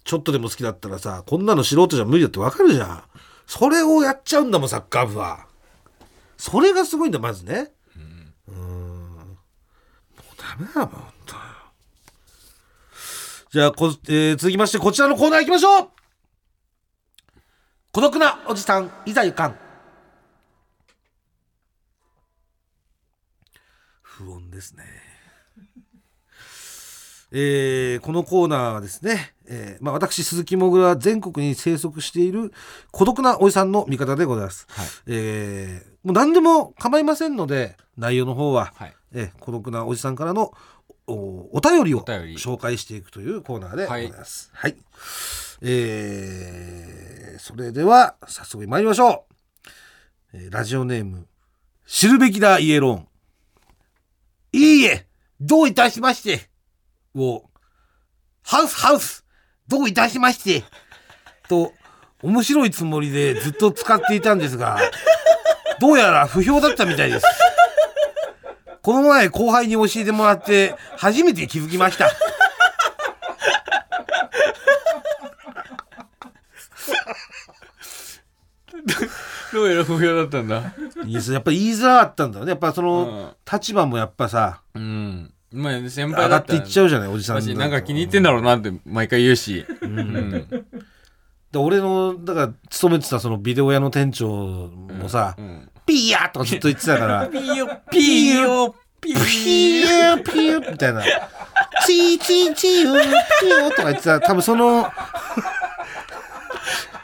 [SPEAKER 3] ちょっとでも好きだったらさ、こんなの素人じゃ無理だってわかるじゃん。それをやっちゃうんだもん、サッカー部は。それがすごいんだ、まずね。うーん。もうダメだもん、本当じゃあこ、えー続きましてこちらのコーナー行きましょう孤独なおじさん、いざゆかん。不穏ですね。 えーこのコーナーはですね、えーまあ、私鈴木もぐらは全国に生息している孤独なおじさんの味方でございます、
[SPEAKER 1] はい
[SPEAKER 3] えーもう何でも構いませんので内容の方は、
[SPEAKER 1] はい
[SPEAKER 3] えー孤独なおじさんからのおお便りを
[SPEAKER 1] お便り
[SPEAKER 3] 紹介していくというコーナーでございます。はい、えーそれでは早速参りましょう、えーラジオネーム知るべきだイエローンいいえどういたしましてをハウスハウスどういたしましてと面白いつもりでずっと使っていたんですがどうやら不評だったみたいですこの前後輩に教えてもらって初めて気づきました
[SPEAKER 1] どうやら不評だったんだ。
[SPEAKER 3] いいですやっぱり言いづらかったんだよねやっぱその立場もやっぱさ
[SPEAKER 1] うん。まあ、先
[SPEAKER 3] 上
[SPEAKER 1] 輩
[SPEAKER 3] が
[SPEAKER 1] だっ
[SPEAKER 3] っ
[SPEAKER 1] てた
[SPEAKER 3] いっちゃうじゃないおじさん
[SPEAKER 1] マ
[SPEAKER 3] だ
[SPEAKER 1] ジ
[SPEAKER 3] と
[SPEAKER 1] なんか気に入ってんだろうなって毎回言うし。うん。
[SPEAKER 3] で俺のだから勤めてたそのビデオ屋の店長もさ、
[SPEAKER 1] ん
[SPEAKER 3] ピーヤーとかずっと言ってたから
[SPEAKER 1] ピーヨ、ピーヨ、ピ
[SPEAKER 3] ピ
[SPEAKER 1] ーヨ。
[SPEAKER 3] ューピューみたいな。チーチーチーーピューとか言ってたら、多分その、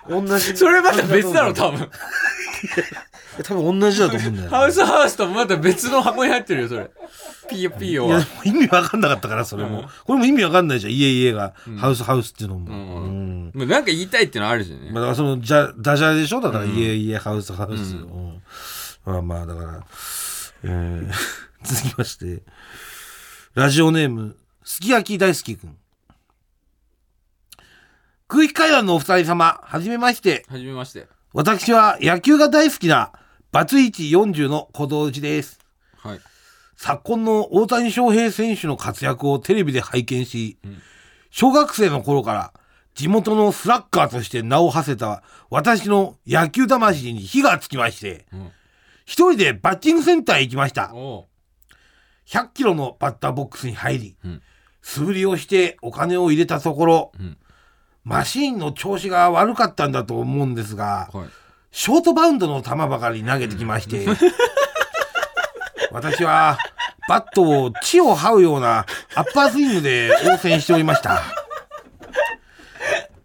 [SPEAKER 3] 同じ。
[SPEAKER 1] それまた別だろ、多分。
[SPEAKER 3] 多分同じだと思うんだよ、ね。
[SPEAKER 1] ハウスハウスとまた別の箱に入ってるよ、それ。ピーヨ、ピーヨ
[SPEAKER 3] いや
[SPEAKER 1] は
[SPEAKER 3] で。も意味わかんなかったから、それも。これも意味わかんないじゃん。家家が、ハウスハウスっていうの
[SPEAKER 1] ん
[SPEAKER 3] も。う
[SPEAKER 1] うんもうなんか言いたいってのあるしね。
[SPEAKER 3] まあ、だからその、じゃ、ダジャレでしょだから、家家ハウスハウス。うんまあまあ、だから、えー続きまして、ラジオネーム、すき焼き大好きくん。空気階段のお二人様、はじめまして。
[SPEAKER 1] はじめまして。
[SPEAKER 3] 私は野球が大好きな、バツイチ40の小道寺です。
[SPEAKER 1] はい。
[SPEAKER 3] 昨今の大谷翔平選手の活躍をテレビで拝見し、小学生の頃から地元のスラッガーとして名を馳せた私の野球魂に火がつきまして、
[SPEAKER 1] ん
[SPEAKER 3] 一人でバッティングセンターへ行きました。
[SPEAKER 1] おう。
[SPEAKER 3] 100キロのバッターボックスに入り、
[SPEAKER 1] うん
[SPEAKER 3] 素振りをしてお金を入れたところ、
[SPEAKER 1] ん
[SPEAKER 3] マシーンの調子が悪かったんだと思うんですが、
[SPEAKER 1] はい。
[SPEAKER 3] ショートバウンドの球ばかり投げてきまして、 私はバットを地を這うようなアッパースイングで応戦しておりました。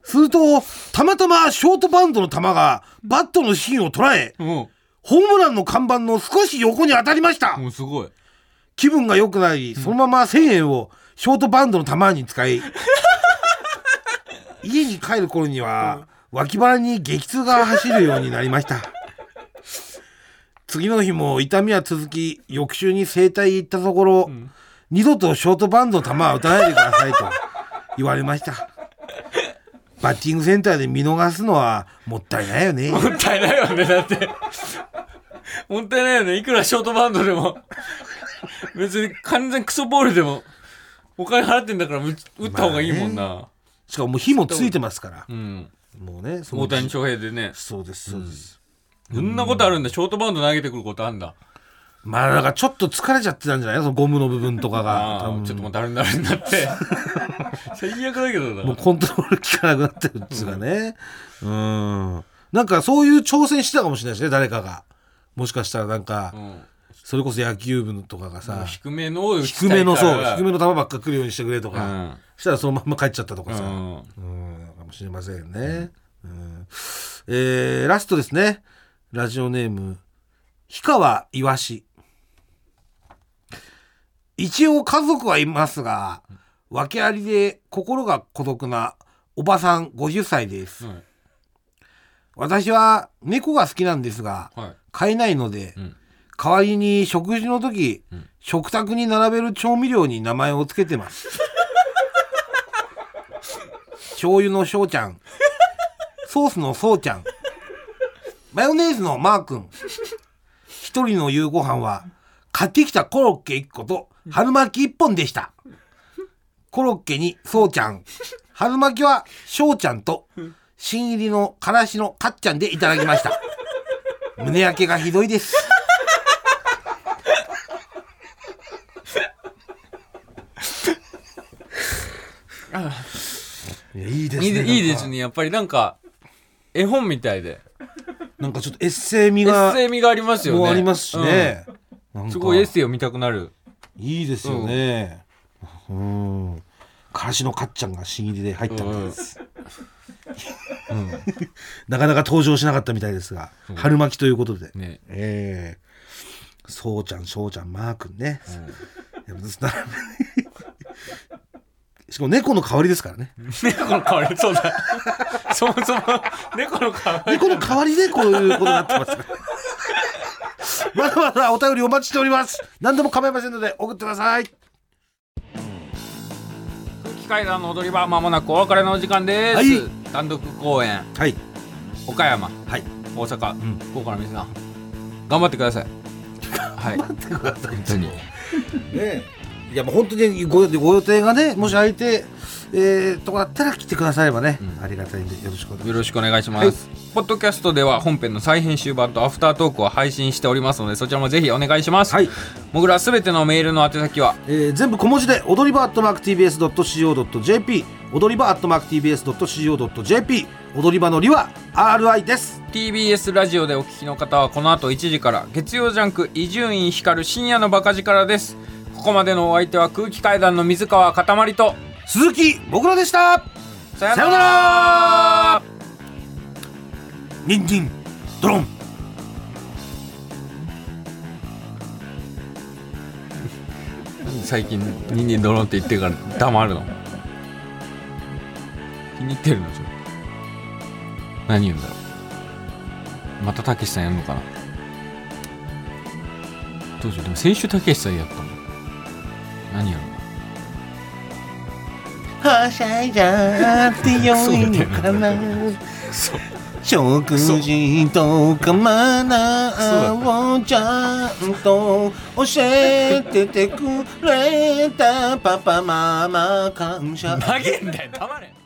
[SPEAKER 3] すると、たまたまショートバウンドの球がバットの芯を捉え、
[SPEAKER 1] も
[SPEAKER 3] ホームランの看板の少し横に当たりました
[SPEAKER 1] う、も。うすごい。
[SPEAKER 3] 気分が良くなり、そのまま1000円をショートバウンドの玉に使い、家に帰る頃には、脇腹に激痛が走るようになりました。次の日も痛みは続き、翌週に整体へ行ったところ、二度とショートバウンドの球は打たないでくださいと言われました。バッティングセンターで見逃すのはもったいないよね。
[SPEAKER 1] もったいないよね、だって。もったいないよね。いくらショートバンドでも。別に完全クソボールでも、お金払ってんだから打打った方がいいもんな。
[SPEAKER 3] しかももう火もついてますから
[SPEAKER 1] う。ん。
[SPEAKER 3] もうね、その
[SPEAKER 1] 大谷翔平でね。
[SPEAKER 3] そうです、そうです。
[SPEAKER 1] そんなことあるんだ。ショートバンド投げてくることあんだ。
[SPEAKER 3] まあ、だからちょっと疲れちゃってたんじゃないそのゴムの部分とかが。
[SPEAKER 1] あ
[SPEAKER 3] 多
[SPEAKER 1] あ、
[SPEAKER 3] 分
[SPEAKER 1] ちょっともうだるんだるんな って。最悪だけど
[SPEAKER 3] もう
[SPEAKER 1] な。
[SPEAKER 3] コントロール効かなくなってるんですがね。うん。なんかそういう挑戦してたかもしれないですね、誰かが。もしかしたらなんか、
[SPEAKER 1] うん。
[SPEAKER 3] それこそ野球部とかがさ、
[SPEAKER 1] 低めのを打ちた
[SPEAKER 3] 低
[SPEAKER 1] いから
[SPEAKER 3] めの、そう、低めの球ばっか来るようにしてくれとか、
[SPEAKER 1] うん
[SPEAKER 3] したらそのまんま帰っちゃったとかさ。
[SPEAKER 1] うん。
[SPEAKER 3] うん、かもしれませんね。うん。えー、ラストですね。ラジオネーム、氷川いわし。一応家族はいますが、訳ありで心が孤独なおばさん50歳です。
[SPEAKER 1] うん
[SPEAKER 3] 私は猫が好きなんですが、
[SPEAKER 1] はい。
[SPEAKER 3] 飼えないので、
[SPEAKER 1] うん
[SPEAKER 3] 代わりに食事の時、
[SPEAKER 1] うん
[SPEAKER 3] 食卓に並べる調味料に名前をつけて ます。醤油の翔ちゃん、ソースのそうちゃん、マヨネーズのマー君。一人の夕ご飯は、買ってきたコロッケ1個と春巻き1本でした。コロッケにそうちゃん、春巻きは翔ちゃんと、新入りのからしのかっちゃんでいただきました。胸焼けがひどいです。いやいいですね。
[SPEAKER 1] いいでいいで
[SPEAKER 3] なんか
[SPEAKER 1] すね。やっぱりなんか、絵本みたいで。
[SPEAKER 3] なんかちょっとエッセイ味
[SPEAKER 1] エッ
[SPEAKER 3] が
[SPEAKER 1] セイ味がありますよね。
[SPEAKER 3] もうありますしね。なん
[SPEAKER 1] う
[SPEAKER 3] か
[SPEAKER 1] ん。すごいエッセイを見たくなる。
[SPEAKER 3] いいですよね。うん。からしのかっちゃんが新入りで入ったみたいです。なかなか登場しなかったみたいですが、春巻きということで。
[SPEAKER 1] ね。
[SPEAKER 3] ええそうちゃん、しょうちゃん、マー君ね。いや別にしかも猫の香りですからね。
[SPEAKER 1] 猫の代わりそう だ。そもそも、猫の代わり。
[SPEAKER 3] 猫の代わりでこういうことになってますから。 まだまだお便りお待ちしております。何でも構いませんので送ってください。
[SPEAKER 1] 空気階段の踊り場、まもなくお別れのお時間です。
[SPEAKER 3] はい
[SPEAKER 1] 単独公演、
[SPEAKER 3] はい。
[SPEAKER 1] 岡山、
[SPEAKER 3] はい。
[SPEAKER 1] 大阪、
[SPEAKER 3] ん
[SPEAKER 1] 福岡の皆さん、頑張ってください。はい。
[SPEAKER 3] 待ってください。
[SPEAKER 1] 本当に。
[SPEAKER 3] ねえいやもう本当にごご予定がねもし空いて、えー、とかだったら来てくださればね、ありがたいんでよろしくお
[SPEAKER 1] よ
[SPEAKER 3] 願いしま
[SPEAKER 1] ろしくお願いします、ポッドキャストでは本編の再編集版とアフタートークを配信しておりますのでそちらもぜひお願いします、
[SPEAKER 3] はい
[SPEAKER 1] もぐらすべてのメールの宛先は
[SPEAKER 3] す、えー、全部小文字で踊り場 at mark tbs.co.jp 踊り場 at mark tbs.co.jp 踊り場のりは RI です
[SPEAKER 1] TBS ラジオでお聞きの方はこの後1時から月曜ジャンク伊集院光深夜のバカ力ですここまでのお相手は空気階段の水川かたまりと
[SPEAKER 3] 鈴木もぐらでした
[SPEAKER 1] さよ
[SPEAKER 3] さようならニンニンドロン
[SPEAKER 1] 最近ニンニンドロンって言ってから黙るの気に入ってるのちょっと何言うんだろうまたたけしさんやるのかなどうしようでも先週たけしさんやったもん何やるの
[SPEAKER 3] はしゃいじゃってよいのかな
[SPEAKER 1] そう
[SPEAKER 3] 食事とかマナーをちゃんと教えててくれたパパママ感謝
[SPEAKER 1] 投げんだよ黙れ